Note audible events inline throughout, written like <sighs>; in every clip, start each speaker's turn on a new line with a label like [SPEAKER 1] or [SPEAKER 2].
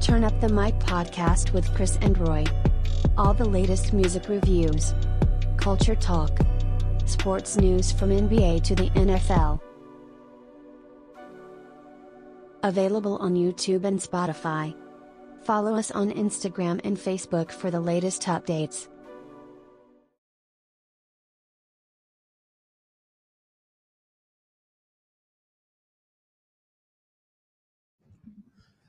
[SPEAKER 1] Turn Up the Mic podcast with Chris and Roy. All the latest music reviews, culture talk, sports news from NBA to the NFL. Available on YouTube and Spotify. Follow us on Instagram and Facebook for the latest updates.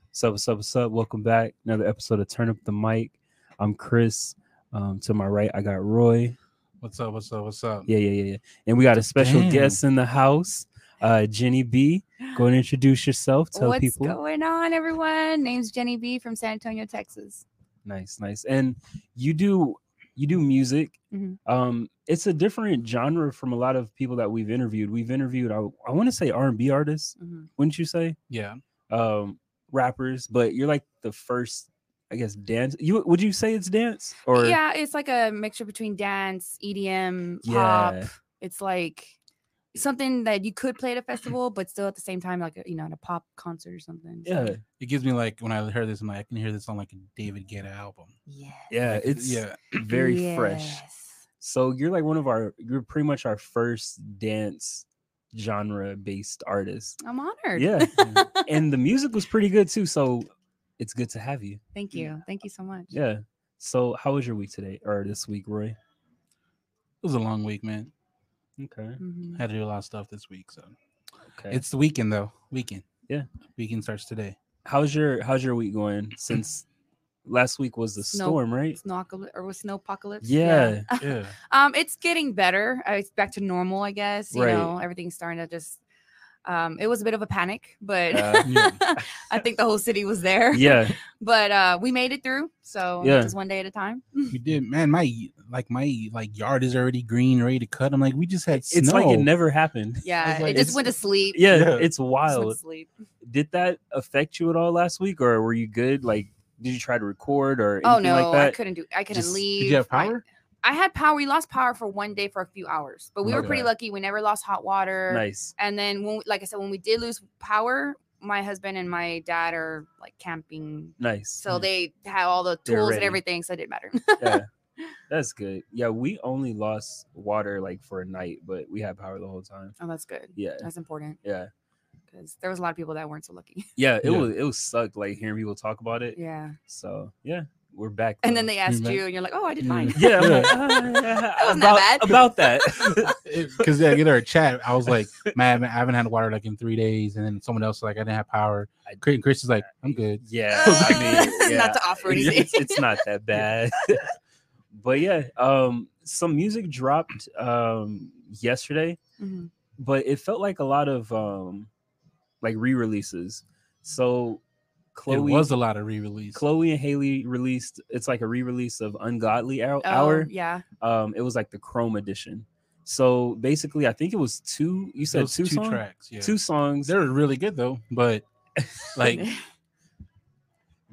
[SPEAKER 2] What's up, what's up, what's up? Welcome back. Another episode of Turn Up the Mic. I'm Chris. Um, to my right, I got Roy.
[SPEAKER 3] What's up? What's up? What's up?
[SPEAKER 2] Yeah, yeah, yeah, yeah. And we got a special
[SPEAKER 3] Damn.
[SPEAKER 2] guest in the house, uh, Jenny B. Go and introduce yourself. Tell
[SPEAKER 4] What's
[SPEAKER 2] people.
[SPEAKER 4] going on, everyone? Name's Jenny B from San Antonio, Texas.
[SPEAKER 2] Nice, nice. And you do you do music.
[SPEAKER 4] Mhm.
[SPEAKER 2] Um, it's a different genre from a lot of people that we've interviewed. We've interviewed I, I want to say R&B artists,
[SPEAKER 4] Mm-hmm.
[SPEAKER 2] wouldn't you say?
[SPEAKER 3] Yeah.
[SPEAKER 2] um rappers, but you're like the first, I guess, dance. You would you say it's dance or
[SPEAKER 4] yeah, it's like a mixture between dance, EDM,
[SPEAKER 2] Yeah.
[SPEAKER 4] pop. It's like something that you could play at a festival, but still at the same time, like you know, at a pop concert or something. So,
[SPEAKER 2] yeah,
[SPEAKER 3] It gives me like when I heard this, I'm like, I can hear this on like a David Guetta album.
[SPEAKER 4] yeah,
[SPEAKER 2] yeah, it's
[SPEAKER 3] yeah.
[SPEAKER 2] <clears throat> very fresh.
[SPEAKER 4] Yes.
[SPEAKER 2] So you're like one of our, you're pretty much our first dance genre based artist.
[SPEAKER 4] I'm honored.
[SPEAKER 2] Yeah, and the music was pretty good too. So it's good to have you.
[SPEAKER 4] <laughs> Thank you. Thank you so much.
[SPEAKER 2] Yeah. So how was your week today or this week, Roy?
[SPEAKER 3] It was a long week, man.
[SPEAKER 2] Okay.
[SPEAKER 4] Mhm.
[SPEAKER 3] had to do a lot of stuff this week, so
[SPEAKER 2] Okay.
[SPEAKER 3] it's the weekend though. Weekend.
[SPEAKER 2] Yeah.
[SPEAKER 3] Weekend starts today.
[SPEAKER 2] <laughs> how's your how's your week going since last week was the
[SPEAKER 4] Snow-
[SPEAKER 2] storm, right?
[SPEAKER 4] Snowcoli- or was snowpocalypse?
[SPEAKER 2] Yeah.
[SPEAKER 3] Yeah.
[SPEAKER 4] Um, it's getting better. Uh, It's back to normal, I guess. You
[SPEAKER 2] Right.
[SPEAKER 4] know, everything's starting to just. Um, it was a bit of a panic, but
[SPEAKER 2] Uh,
[SPEAKER 3] yeah.
[SPEAKER 4] <laughs> I think the whole city was <laughs> there.
[SPEAKER 2] Yeah.
[SPEAKER 4] But uh, we made it through. So
[SPEAKER 2] Yeah.
[SPEAKER 4] just one day at a time.
[SPEAKER 2] Mm.
[SPEAKER 3] we did, man. My like my like yard is already green, ready to cut. I'm like, we just had snow.
[SPEAKER 2] It's like it never happened.
[SPEAKER 4] Yeah,
[SPEAKER 3] like,
[SPEAKER 4] it just
[SPEAKER 3] it's-
[SPEAKER 4] went to sleep.
[SPEAKER 2] yeah,
[SPEAKER 3] Yeah.
[SPEAKER 2] it's
[SPEAKER 4] Just went
[SPEAKER 2] wild.
[SPEAKER 4] to sleep.
[SPEAKER 2] Did that affect you at all last week, or were you good? Like, did you try to record or anything
[SPEAKER 4] Oh no,
[SPEAKER 2] like
[SPEAKER 4] I
[SPEAKER 2] that?
[SPEAKER 4] couldn't do. I couldn't
[SPEAKER 2] Just- did
[SPEAKER 4] leave.
[SPEAKER 3] Did you have
[SPEAKER 4] I-
[SPEAKER 3] power?
[SPEAKER 4] I, had power. We lost power for one day for a few hours, but we were pretty
[SPEAKER 2] Okay.
[SPEAKER 4] lucky. We never lost hot water.
[SPEAKER 2] Nice.
[SPEAKER 4] And then when, we, like I said, when we did lose power, my husband and my dad are like camping,
[SPEAKER 2] Nice.
[SPEAKER 4] so
[SPEAKER 3] Mm.
[SPEAKER 4] they had all the
[SPEAKER 2] They're
[SPEAKER 4] tools and
[SPEAKER 2] ready.
[SPEAKER 4] everything, so it
[SPEAKER 2] <laughs>
[SPEAKER 4] didn't matter.
[SPEAKER 2] yeah,
[SPEAKER 4] <laughs>
[SPEAKER 2] that's good. Yeah, we only lost water like for a night, but we had power the whole time.
[SPEAKER 4] oh, that's good.
[SPEAKER 2] Yeah,
[SPEAKER 4] That's important
[SPEAKER 2] yeah,
[SPEAKER 4] because there was a lot of people that weren't so lucky.
[SPEAKER 2] yeah. It
[SPEAKER 3] Yeah.
[SPEAKER 2] was it was sucked like hearing people talk about it.
[SPEAKER 4] yeah.
[SPEAKER 2] So yeah, we're back.
[SPEAKER 4] And then
[SPEAKER 2] though.
[SPEAKER 4] they asked
[SPEAKER 3] back.
[SPEAKER 4] you, and you're like, "Oh, I did
[SPEAKER 3] Yeah.
[SPEAKER 4] <laughs> fine."
[SPEAKER 2] yeah, I'm like, ah,
[SPEAKER 4] wasn't
[SPEAKER 2] about,
[SPEAKER 4] that bad.
[SPEAKER 2] about that.
[SPEAKER 4] <laughs>
[SPEAKER 2] <laughs>
[SPEAKER 3] <laughs> because yeah, get our chat. I was like, man, I haven't had water like in three days, and then someone else like I didn't have power.
[SPEAKER 2] I-
[SPEAKER 3] Chris, Chris is like, I'm good.
[SPEAKER 4] <laughs>
[SPEAKER 2] yeah, I
[SPEAKER 4] Uh,
[SPEAKER 2] mean, <laughs> yeah,
[SPEAKER 4] Not to offer
[SPEAKER 2] It's-
[SPEAKER 4] anything. <laughs>
[SPEAKER 2] it's, it's not that bad <laughs> but yeah um some music dropped um yesterday
[SPEAKER 4] Mhm.
[SPEAKER 2] but it felt like a lot of um like re-releases so
[SPEAKER 3] it
[SPEAKER 2] chloe
[SPEAKER 3] was a lot of re-release.
[SPEAKER 2] chloe and haley released it's like a re-release of ungodly Hou-
[SPEAKER 4] Oh,
[SPEAKER 2] hour
[SPEAKER 4] yeah.
[SPEAKER 2] um it was like the chrome edition so basically i think it was two you said
[SPEAKER 3] Those
[SPEAKER 2] two, songs
[SPEAKER 3] tracks. Yeah.
[SPEAKER 2] two songs
[SPEAKER 3] They were really good though, but
[SPEAKER 4] <laughs>
[SPEAKER 3] like,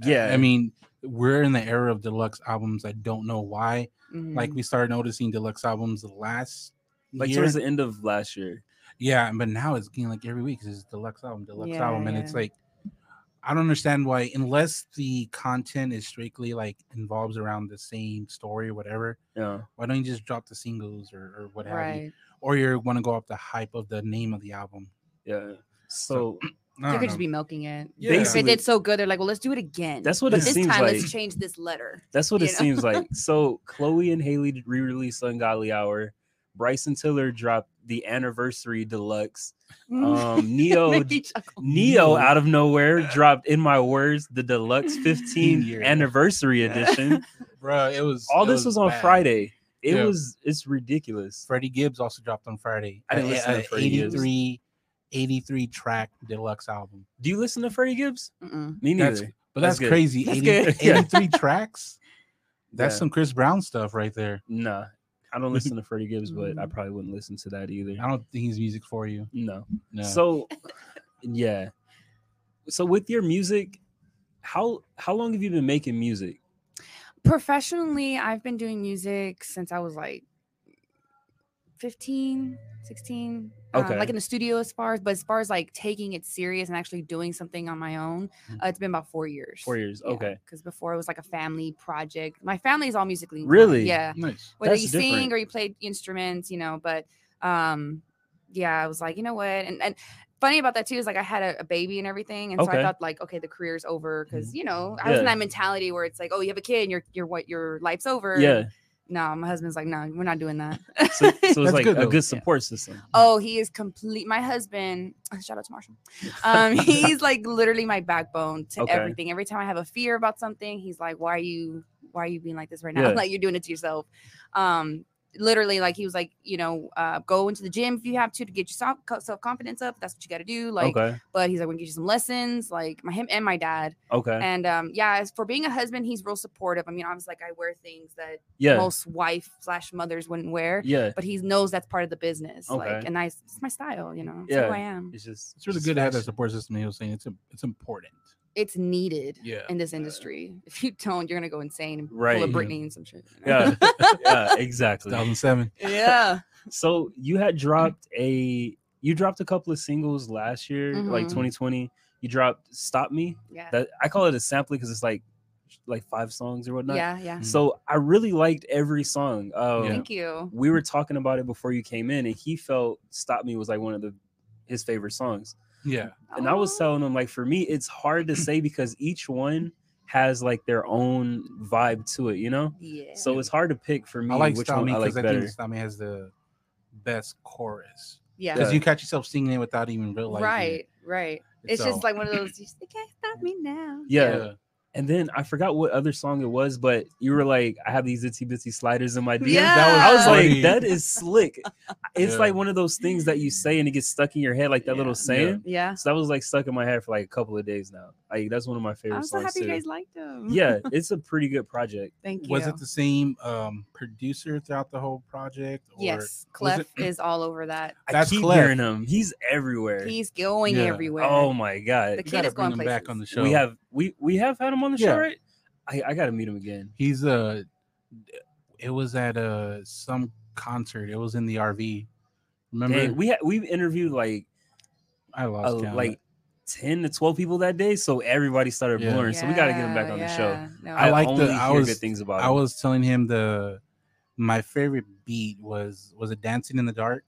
[SPEAKER 2] yeah
[SPEAKER 3] I mean, we're in the era of deluxe albums. I don't know why.
[SPEAKER 4] Mm-hmm.
[SPEAKER 3] Like, we started noticing deluxe albums last
[SPEAKER 2] like
[SPEAKER 3] year.
[SPEAKER 2] towards the end of last year
[SPEAKER 3] yeah, but now it's getting like every week it's deluxe album, deluxe
[SPEAKER 4] Yeah,
[SPEAKER 3] album, and it's
[SPEAKER 4] yeah.
[SPEAKER 3] like. I don't understand why, unless the content is strictly like involves around the same story or whatever.
[SPEAKER 2] yeah
[SPEAKER 3] Why don't you just drop the singles or, or what have you?
[SPEAKER 4] right.
[SPEAKER 3] Or you want to go off the hype of the name of the album?
[SPEAKER 2] yeah so
[SPEAKER 3] I
[SPEAKER 4] They
[SPEAKER 3] don't
[SPEAKER 4] could just
[SPEAKER 3] know.
[SPEAKER 4] be milking it.
[SPEAKER 3] Yeah.
[SPEAKER 4] If it
[SPEAKER 2] basically
[SPEAKER 4] did so good, they're like, "Well, let's do it again."
[SPEAKER 2] That's what
[SPEAKER 4] But
[SPEAKER 2] it
[SPEAKER 4] this
[SPEAKER 2] seems
[SPEAKER 4] time,
[SPEAKER 2] like.
[SPEAKER 4] let's change this letter. <laughs>
[SPEAKER 2] That's what it
[SPEAKER 4] you know?
[SPEAKER 2] seems
[SPEAKER 3] <laughs>
[SPEAKER 2] like. So Chloe and Haley re-released Ungodly Hour. Bryson Tiller dropped the anniversary deluxe. Um, Neo
[SPEAKER 4] Make me chuckle.
[SPEAKER 2] Neo
[SPEAKER 3] Neo.
[SPEAKER 2] out of nowhere dropped in my words the deluxe
[SPEAKER 3] <laughs>
[SPEAKER 2] 15
[SPEAKER 3] Year.
[SPEAKER 2] anniversary
[SPEAKER 3] <laughs>
[SPEAKER 2] edition.
[SPEAKER 3] Bruh, It was
[SPEAKER 2] All
[SPEAKER 3] it
[SPEAKER 2] this was on
[SPEAKER 3] bad.
[SPEAKER 2] Friday. It
[SPEAKER 3] Yeah.
[SPEAKER 2] was it's ridiculous.
[SPEAKER 3] Freddie Gibbs also dropped on Friday.
[SPEAKER 2] I didn't
[SPEAKER 3] A-
[SPEAKER 2] listen to
[SPEAKER 3] a
[SPEAKER 2] Freddie Gibbs.
[SPEAKER 3] 83, 83 track deluxe album.
[SPEAKER 2] Do you listen to Freddie Gibbs?
[SPEAKER 4] Mm-mm.
[SPEAKER 2] Me neither.
[SPEAKER 3] That's- But
[SPEAKER 2] That's
[SPEAKER 3] that's,
[SPEAKER 2] good. <laughs>
[SPEAKER 3] crazy.
[SPEAKER 4] That's
[SPEAKER 3] 80
[SPEAKER 4] good.
[SPEAKER 2] Yeah.
[SPEAKER 3] 83
[SPEAKER 2] <laughs>
[SPEAKER 3] tracks. That's
[SPEAKER 2] Yeah.
[SPEAKER 3] some Chris Brown stuff right there.
[SPEAKER 2] nah. I don't listen
[SPEAKER 3] <laughs>
[SPEAKER 2] to Freddie Gibbs, but I
[SPEAKER 4] Mm.
[SPEAKER 2] probably wouldn't listen to that either.
[SPEAKER 3] I don't think he's music for you.
[SPEAKER 2] No.
[SPEAKER 3] No.
[SPEAKER 2] So, yeah. So with your music, how how long have you been making music?
[SPEAKER 4] Professionally, I've been doing music since I was like 15, 16. um,
[SPEAKER 2] Okay.
[SPEAKER 4] like in the studio as far as, but as far as like taking it serious and actually doing something on my own,
[SPEAKER 2] Mhm.
[SPEAKER 4] uh, it's been about four years.
[SPEAKER 2] Four years. Okay.
[SPEAKER 4] Because before it was like a family project. My family is all musically. inclined,
[SPEAKER 2] Really?
[SPEAKER 4] Yeah.
[SPEAKER 3] Nice.
[SPEAKER 4] Whether
[SPEAKER 2] That's
[SPEAKER 4] you
[SPEAKER 2] different.
[SPEAKER 4] sing or you play instruments, you know, but um, yeah, I was like, you know what? And, and funny about that too is like I had a, a baby and everything. And so
[SPEAKER 2] Okay. Mm-hmm.
[SPEAKER 4] I thought like, okay, the career's over. Cause you know, I was
[SPEAKER 2] Yeah.
[SPEAKER 4] in that mentality where it's like, oh, you have a kid and your, your, what, your life's over. and
[SPEAKER 2] Yeah.
[SPEAKER 4] no, my husband's like, no, we're not doing that. <laughs>
[SPEAKER 2] So, so it's
[SPEAKER 3] That's
[SPEAKER 2] like
[SPEAKER 3] good,
[SPEAKER 2] a
[SPEAKER 3] though.
[SPEAKER 2] good support system.
[SPEAKER 4] oh, he is complete. My husband, <clears throat> shout out to Marshall.
[SPEAKER 2] <laughs>
[SPEAKER 4] Um, he's like literally my backbone to
[SPEAKER 2] Okay.
[SPEAKER 4] everything. Every time I have a fear about something, he's like, why are you, why are you being like this right now?
[SPEAKER 2] Yeah.
[SPEAKER 4] Like you're doing it to yourself. Um, literally, like he was like, you know, uh, go into the gym if you have to to get yourself self confidence up. That's what you got to do. Like,
[SPEAKER 2] okay.
[SPEAKER 4] but he's like, we're gonna get you some lessons. Like my him and my dad.
[SPEAKER 2] Okay.
[SPEAKER 4] And um, yeah, as for being a husband, he's real supportive. I mean, obviously, like I wear things that
[SPEAKER 2] Yeah.
[SPEAKER 4] most wife slash mothers wouldn't wear
[SPEAKER 2] yeah.
[SPEAKER 4] but he knows that's part of the business.
[SPEAKER 2] Okay.
[SPEAKER 4] Like, and I, it's my style, you know. It's
[SPEAKER 2] Yeah.
[SPEAKER 4] who I am.
[SPEAKER 2] It's just
[SPEAKER 3] It's really
[SPEAKER 2] just
[SPEAKER 3] good to have that
[SPEAKER 2] fashion.
[SPEAKER 3] support system. He was saying it's a, it's important.
[SPEAKER 4] It's needed
[SPEAKER 3] Yeah.
[SPEAKER 4] in this industry. <laughs> If you don't, you're gonna go insane and
[SPEAKER 2] Right.
[SPEAKER 4] pull a
[SPEAKER 3] Yeah.
[SPEAKER 4] Britney and some shit. you
[SPEAKER 2] Yeah.
[SPEAKER 4] know?
[SPEAKER 2] <laughs>
[SPEAKER 4] <laughs>
[SPEAKER 2] Yeah. Exactly.
[SPEAKER 3] 2007.
[SPEAKER 4] yeah.
[SPEAKER 2] so you
[SPEAKER 4] Mm-hmm.
[SPEAKER 2] had dropped a you dropped a couple of singles last year like
[SPEAKER 4] Mhm.
[SPEAKER 2] 2020 you dropped stop me
[SPEAKER 4] Yeah.
[SPEAKER 2] that i call it a sample because it's like like five songs or whatnot
[SPEAKER 4] yeah. Yeah.
[SPEAKER 3] Mm.
[SPEAKER 2] so i really liked every song um
[SPEAKER 3] Yeah.
[SPEAKER 4] Thank you.
[SPEAKER 2] we were talking about it before you came in and he felt stop me was like one of the his favorite songs
[SPEAKER 3] Yeah.
[SPEAKER 2] and i was
[SPEAKER 4] Aw.
[SPEAKER 2] telling him like for me it's hard to say because each one has like their own vibe to it you know
[SPEAKER 4] Yeah.
[SPEAKER 2] so it's hard to pick for me
[SPEAKER 3] I like
[SPEAKER 2] which
[SPEAKER 3] Stami
[SPEAKER 2] one i like
[SPEAKER 3] because I,
[SPEAKER 2] better
[SPEAKER 3] think Stami has the best chorus.
[SPEAKER 4] yeah.
[SPEAKER 3] Because you catch yourself singing it without even realizing. it.
[SPEAKER 4] right. Right. It's
[SPEAKER 3] So,
[SPEAKER 4] just like one of those. You just, they can't stop me now.
[SPEAKER 2] yeah And then I forgot what other song it was, but you were like, I have these itsy bitsy sliders
[SPEAKER 4] <laughs>
[SPEAKER 2] in my DM.
[SPEAKER 4] Yeah.
[SPEAKER 2] I was
[SPEAKER 3] funny.
[SPEAKER 2] like, that is slick. It's
[SPEAKER 3] Yeah.
[SPEAKER 2] like one of those things that you say and it gets stuck in your head, like that
[SPEAKER 4] Yeah.
[SPEAKER 2] little saying.
[SPEAKER 4] Yeah.
[SPEAKER 2] So that was like stuck in my head for like a couple of days now. Like that's one of my favorite
[SPEAKER 4] I'm so
[SPEAKER 2] songs.
[SPEAKER 4] happy you
[SPEAKER 2] too.
[SPEAKER 4] guys liked them.
[SPEAKER 2] yeah, it's a pretty good project.
[SPEAKER 4] Thank you.
[SPEAKER 3] Was it the same um, producer throughout the whole project? Or
[SPEAKER 4] yes.
[SPEAKER 3] was
[SPEAKER 4] Clef
[SPEAKER 3] it-
[SPEAKER 4] is all over that.
[SPEAKER 3] That's
[SPEAKER 2] I keep
[SPEAKER 3] Clef.
[SPEAKER 2] hearing him. He's everywhere.
[SPEAKER 4] He's going
[SPEAKER 3] Yeah.
[SPEAKER 4] everywhere.
[SPEAKER 2] oh my god.
[SPEAKER 4] The
[SPEAKER 3] You
[SPEAKER 4] kid
[SPEAKER 3] gotta
[SPEAKER 4] is going
[SPEAKER 3] bring him back
[SPEAKER 4] places.
[SPEAKER 3] on the show.
[SPEAKER 2] We have we we have had him on the
[SPEAKER 3] Yeah.
[SPEAKER 2] show, right? I, I gotta meet him again.
[SPEAKER 3] He's uh, it was at uh some concert. It was in the RV. Remember?
[SPEAKER 2] Dang, we ha- we've interviewed like
[SPEAKER 3] I
[SPEAKER 2] a-
[SPEAKER 3] lost count.
[SPEAKER 2] like 10 to 12 people that day. So everybody started
[SPEAKER 3] Yeah.
[SPEAKER 2] blurring. So we got to get him back
[SPEAKER 4] Yeah,
[SPEAKER 2] on the show.
[SPEAKER 4] yeah. No,
[SPEAKER 2] I,
[SPEAKER 3] I like
[SPEAKER 2] like
[SPEAKER 3] the-
[SPEAKER 2] only
[SPEAKER 3] I
[SPEAKER 2] hear
[SPEAKER 3] was-
[SPEAKER 2] good things about
[SPEAKER 3] I
[SPEAKER 2] him.
[SPEAKER 3] was telling him the my favorite beat was was it Dancing in the Dark.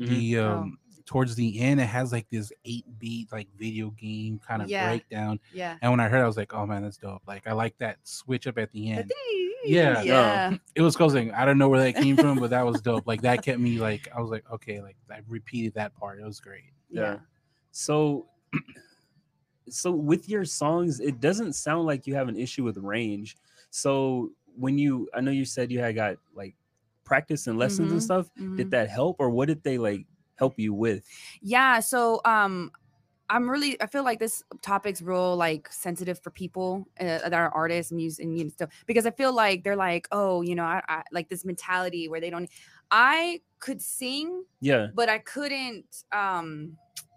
[SPEAKER 2] Mhm.
[SPEAKER 3] The
[SPEAKER 4] Oh.
[SPEAKER 3] um towards the end it has like this eight beat like video game kind of
[SPEAKER 4] Yeah.
[SPEAKER 3] breakdown.
[SPEAKER 4] yeah.
[SPEAKER 3] And when I heard, it, I was like, oh man, that's dope. Like I like that switch up at the
[SPEAKER 4] The
[SPEAKER 3] end.
[SPEAKER 4] ding.
[SPEAKER 3] Yeah.
[SPEAKER 2] No.
[SPEAKER 4] Yeah.
[SPEAKER 3] It was closing. I don't know where that came from, but that was dope. Like that
[SPEAKER 2] <laughs>
[SPEAKER 3] kept me like I was like, okay, like I repeated that part. It was great.
[SPEAKER 2] Yeah. So, <clears throat> so with your songs, it doesn't sound like you have an issue with range. So when you, I know you said you had got like practice and lessons and
[SPEAKER 4] Mhm,
[SPEAKER 2] stuff. Did
[SPEAKER 3] Mm-hmm.
[SPEAKER 2] that help or what did they like help you with?
[SPEAKER 4] Yeah. So um I'm really I feel like this topic's real like sensitive for people uh, that are artists and music and you know, stuff because I feel like they're like, oh, you know, I, I like this mentality where they don't e-" I could sing,
[SPEAKER 2] Yeah.
[SPEAKER 4] but I couldn't um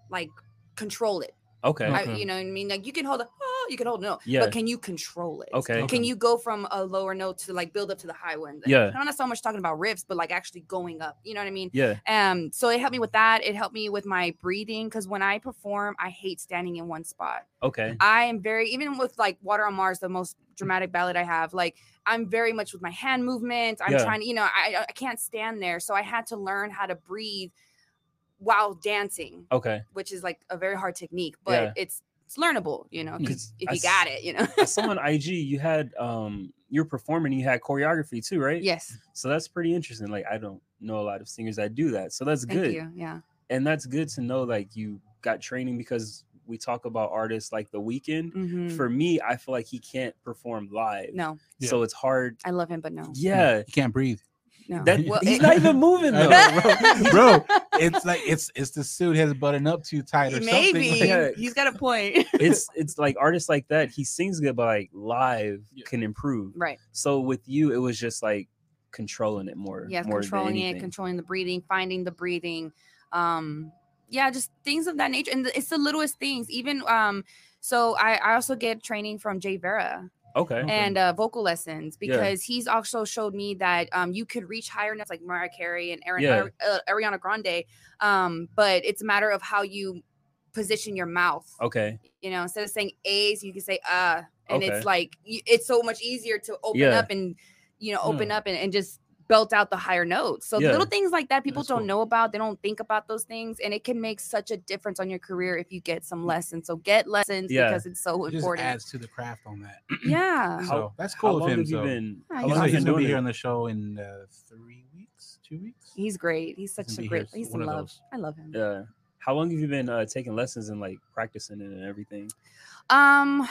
[SPEAKER 4] like control it.
[SPEAKER 2] Okay.
[SPEAKER 4] I,
[SPEAKER 3] Okay.
[SPEAKER 4] you know what I mean? Like you can hold a oh, you can hold a note,
[SPEAKER 2] Yeah.
[SPEAKER 4] but can you control it?
[SPEAKER 2] okay.
[SPEAKER 3] Okay.
[SPEAKER 4] Can you go from a lower note to like build up to the high one?
[SPEAKER 2] Yeah.
[SPEAKER 4] I'm not so much talking about riffs, but like actually going up. You know what I mean?
[SPEAKER 2] Yeah.
[SPEAKER 4] Um, so it helped me with that. It helped me with my breathing because when I perform, I hate standing in one spot.
[SPEAKER 2] Okay.
[SPEAKER 4] I am very even with like Water on Mars, the most dramatic ballad I have. Like I'm very much with my hand movement. I'm
[SPEAKER 2] Yeah.
[SPEAKER 4] trying to, you know, I I can't stand there, so I had to learn how to breathe while dancing,
[SPEAKER 2] Okay.
[SPEAKER 4] which is like a very hard technique, but
[SPEAKER 2] Uh Yeah.
[SPEAKER 4] it's it's learnable, you know, 'cause
[SPEAKER 2] 'Cause
[SPEAKER 4] if
[SPEAKER 2] I
[SPEAKER 4] you
[SPEAKER 2] s-
[SPEAKER 4] got it, you know.
[SPEAKER 2] I saw on IG you had um you're performing, you had choreography too, right?
[SPEAKER 4] yes,
[SPEAKER 2] So that's pretty interesting. Like I don't know a lot of singers that do that. So that's
[SPEAKER 4] thank
[SPEAKER 2] good.
[SPEAKER 4] you. Yeah.
[SPEAKER 2] And that's good to know like you got training because we talk about artists like The Weeknd.
[SPEAKER 4] Mhm.
[SPEAKER 2] For me, I feel like he can't perform live.
[SPEAKER 4] No,
[SPEAKER 3] Yeah.
[SPEAKER 2] So it's hard.
[SPEAKER 4] I love him, but no,
[SPEAKER 2] Yeah.
[SPEAKER 3] You can't
[SPEAKER 2] <laughs>
[SPEAKER 3] breathe.
[SPEAKER 4] no.
[SPEAKER 2] That
[SPEAKER 3] Well,
[SPEAKER 2] he's
[SPEAKER 4] it-
[SPEAKER 2] not
[SPEAKER 4] <laughs>
[SPEAKER 2] even moving
[SPEAKER 3] I
[SPEAKER 2] though.
[SPEAKER 3] know, bro, bro, it's like it's it's the suit has buttoned up too tight or
[SPEAKER 4] Maybe
[SPEAKER 3] something.
[SPEAKER 2] Yeah.
[SPEAKER 4] he's got a point.
[SPEAKER 2] it's it's like artists like that, he sings good, but like live
[SPEAKER 3] Yeah.
[SPEAKER 2] can improve.
[SPEAKER 4] right.
[SPEAKER 2] So with you, it was just like controlling it more.
[SPEAKER 4] Yeah,
[SPEAKER 2] more
[SPEAKER 4] controlling
[SPEAKER 2] than
[SPEAKER 4] it,
[SPEAKER 2] anything.
[SPEAKER 4] controlling the breathing, finding the breathing. Um, yeah, just things of that nature. And it's the littlest things. Even um, so I, I also get training from Jay Vera.
[SPEAKER 2] Okay.
[SPEAKER 4] and uh, vocal lessons
[SPEAKER 2] Yeah.
[SPEAKER 4] because he's also showed me that um, you could reach higher enough like Mariah Carey and Aaron,
[SPEAKER 2] Yeah.
[SPEAKER 4] uh, Ariana Grande, um, but it's a matter of how you position your mouth.
[SPEAKER 2] Okay.
[SPEAKER 4] You know, instead of saying A's, you can say uh, and
[SPEAKER 2] Okay.
[SPEAKER 4] it's like y- it's so much easier to open
[SPEAKER 2] Yeah. Hmm.
[SPEAKER 4] up and you know open up and, and just belt out the higher notes. So
[SPEAKER 2] Yeah.
[SPEAKER 4] little things like that people
[SPEAKER 3] That's
[SPEAKER 4] don't
[SPEAKER 3] cool.
[SPEAKER 4] know about. They don't think about those things, and it can make such a difference on your career if you get some lessons. So get lessons
[SPEAKER 2] Yeah.
[SPEAKER 4] because it's so
[SPEAKER 3] It just
[SPEAKER 4] important.
[SPEAKER 3] adds to the craft on that.
[SPEAKER 4] Yeah.
[SPEAKER 3] So
[SPEAKER 2] How-
[SPEAKER 3] that's
[SPEAKER 2] How
[SPEAKER 3] cool
[SPEAKER 2] long
[SPEAKER 3] of him.
[SPEAKER 2] have you
[SPEAKER 3] so.
[SPEAKER 2] been? How
[SPEAKER 4] Yeah, he's
[SPEAKER 2] long
[SPEAKER 3] He's,
[SPEAKER 2] have you
[SPEAKER 3] he's
[SPEAKER 2] been
[SPEAKER 3] gonna be
[SPEAKER 2] doing
[SPEAKER 3] here on
[SPEAKER 2] it?
[SPEAKER 3] the show in uh, three weeks, two weeks.
[SPEAKER 4] He's great. He's
[SPEAKER 3] He's
[SPEAKER 4] such
[SPEAKER 3] gonna
[SPEAKER 4] a
[SPEAKER 3] be
[SPEAKER 4] great.
[SPEAKER 3] here,
[SPEAKER 4] He's
[SPEAKER 3] one
[SPEAKER 4] in
[SPEAKER 3] of
[SPEAKER 4] love.
[SPEAKER 3] those.
[SPEAKER 4] I love him.
[SPEAKER 2] <laughs> Yeah. How long have you been uh, taking lessons and like practicing it and everything?
[SPEAKER 4] Um,